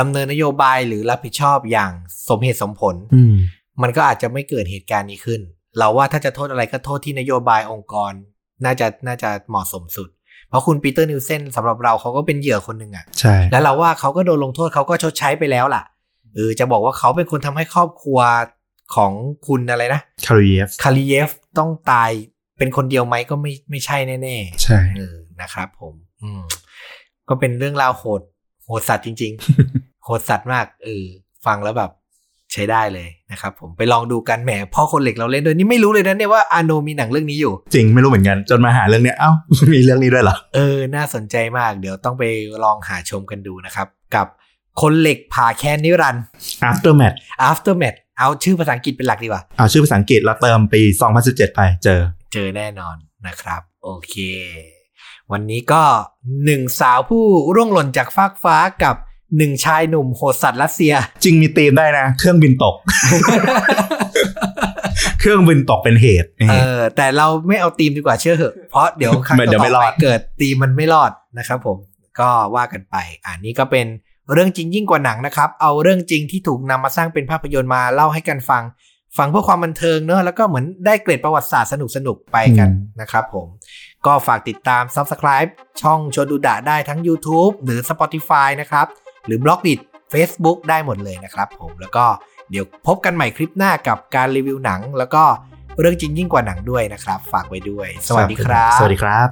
S1: ดำเนินนโยบายหรือรับผิดชอบอย่างสมเหตุสมผล
S2: อืม
S1: มันก็อาจจะไม่เกิดเหตุการณ์นี้ขึ้น เราว่าถ้าจะโทษอะไรก็โทษที่นโยบายองค์กร น่าจะน่าจะเหมาะสมสุด เพราะคุณปีเตอร์นิวเซนสำหรับเราเขาก็เป็นเหยื่อคนหนึ่งอะ
S2: ใช่
S1: แล้วเราว่าเขาก็โดนลงโทษเขาก็ชดใช้ไปแล้วล่ะเออจะบอกว่าเขาเป็นคนทำให้ครอบครัวของคุณอะไรนะ
S2: คาริเยฟ
S1: คาริเยฟต้องตายเป็นคนเดียวไหมก็ไม่ไม่ใช่แน่
S2: ใช่
S1: ๆเออนะครับผม อืมก็เป็นเรื่องราวโหดโหดสัตว์จริง ๆ โหดสัตว์มากเออฟังแล้วแบบใช้ได้เลยนะครับผมไปลองดูกันแหมพ่อคนเหล็กเราเล่นด้วยนี่ไม่รู้เลยนะเนี่ยว่าอาโนมีหนังเรื่องนี้อยู่
S2: จริงไม่รู้เหมือนกัน จนมาหาเรื่องเนี้ยเอ้า มีเรื่องนี้ด้วยเหรอ
S1: เออ น่าสนใจมาก เดี๋ยวต้องไปลองหาชมกันดูนะครับ กับคนเหล็กผ่าแค้นนิรันดร์
S2: อัฟเตอร์แมท
S1: aftermath เอาชื่อภาษาอังกฤษเป็นหลักดีกว่า
S2: เอาชื่อภาษาอังกฤษเราเติมปี 2017 ไปเจอ
S1: เจอแน่นอนนะครับ โอเค วันนี้ก็หนึ่งสาวผู้ร่วงหล่นจากฟากฟ้ากับหนึ่งชายหนุ่มโหดสัตว์รัสเซีย
S2: จริงมีธีมได้นะ เครื่องบินต ก เครื่องบินตกเป็นเหตุนี่
S1: เออแต่เราไม่เอาธีมดีกว่าเชื่อเหอะ เพราะเดี๋ยวครั้ง
S2: มันเดี๋
S1: ต่
S2: ยวไม่ร
S1: อ
S2: อ
S1: ๆ
S2: ด
S1: ไปเกิดธีมมันไม่รอดนะครับผมก็ว่ากันไป อันนี้ก็เป็นเรื่องจริงยิ่งกว่าหนังนะครับ เอาเรื่องจริงที่ถูกนำมาสร้างเป็นภาพยนตร์มาเล่าให้กันฟัง ฟังเพื่อความบันเทิงเนอะแล้วก็เหมือนได้เกร็ดประวัติศาสตร์สนุกๆ ไปกันนะครับผม ก็ฝากติดตาม Subscribe ช่องชวนดูดะได้ทั้ง YouTube หรือ Spotify นะครับ หรือบล็อกดิ Facebook ได้หมดเลยนะครับผมแล้วก็เดี๋ยวพบกันใหม่คลิปหน้ากับการรีวิวหนัง แล้วก็เรื่องจริงยิ่งกว่าหนังด้วยนะครับ ฝากไว้ด้วย สวัสดีครับ
S2: สวัสดีครับ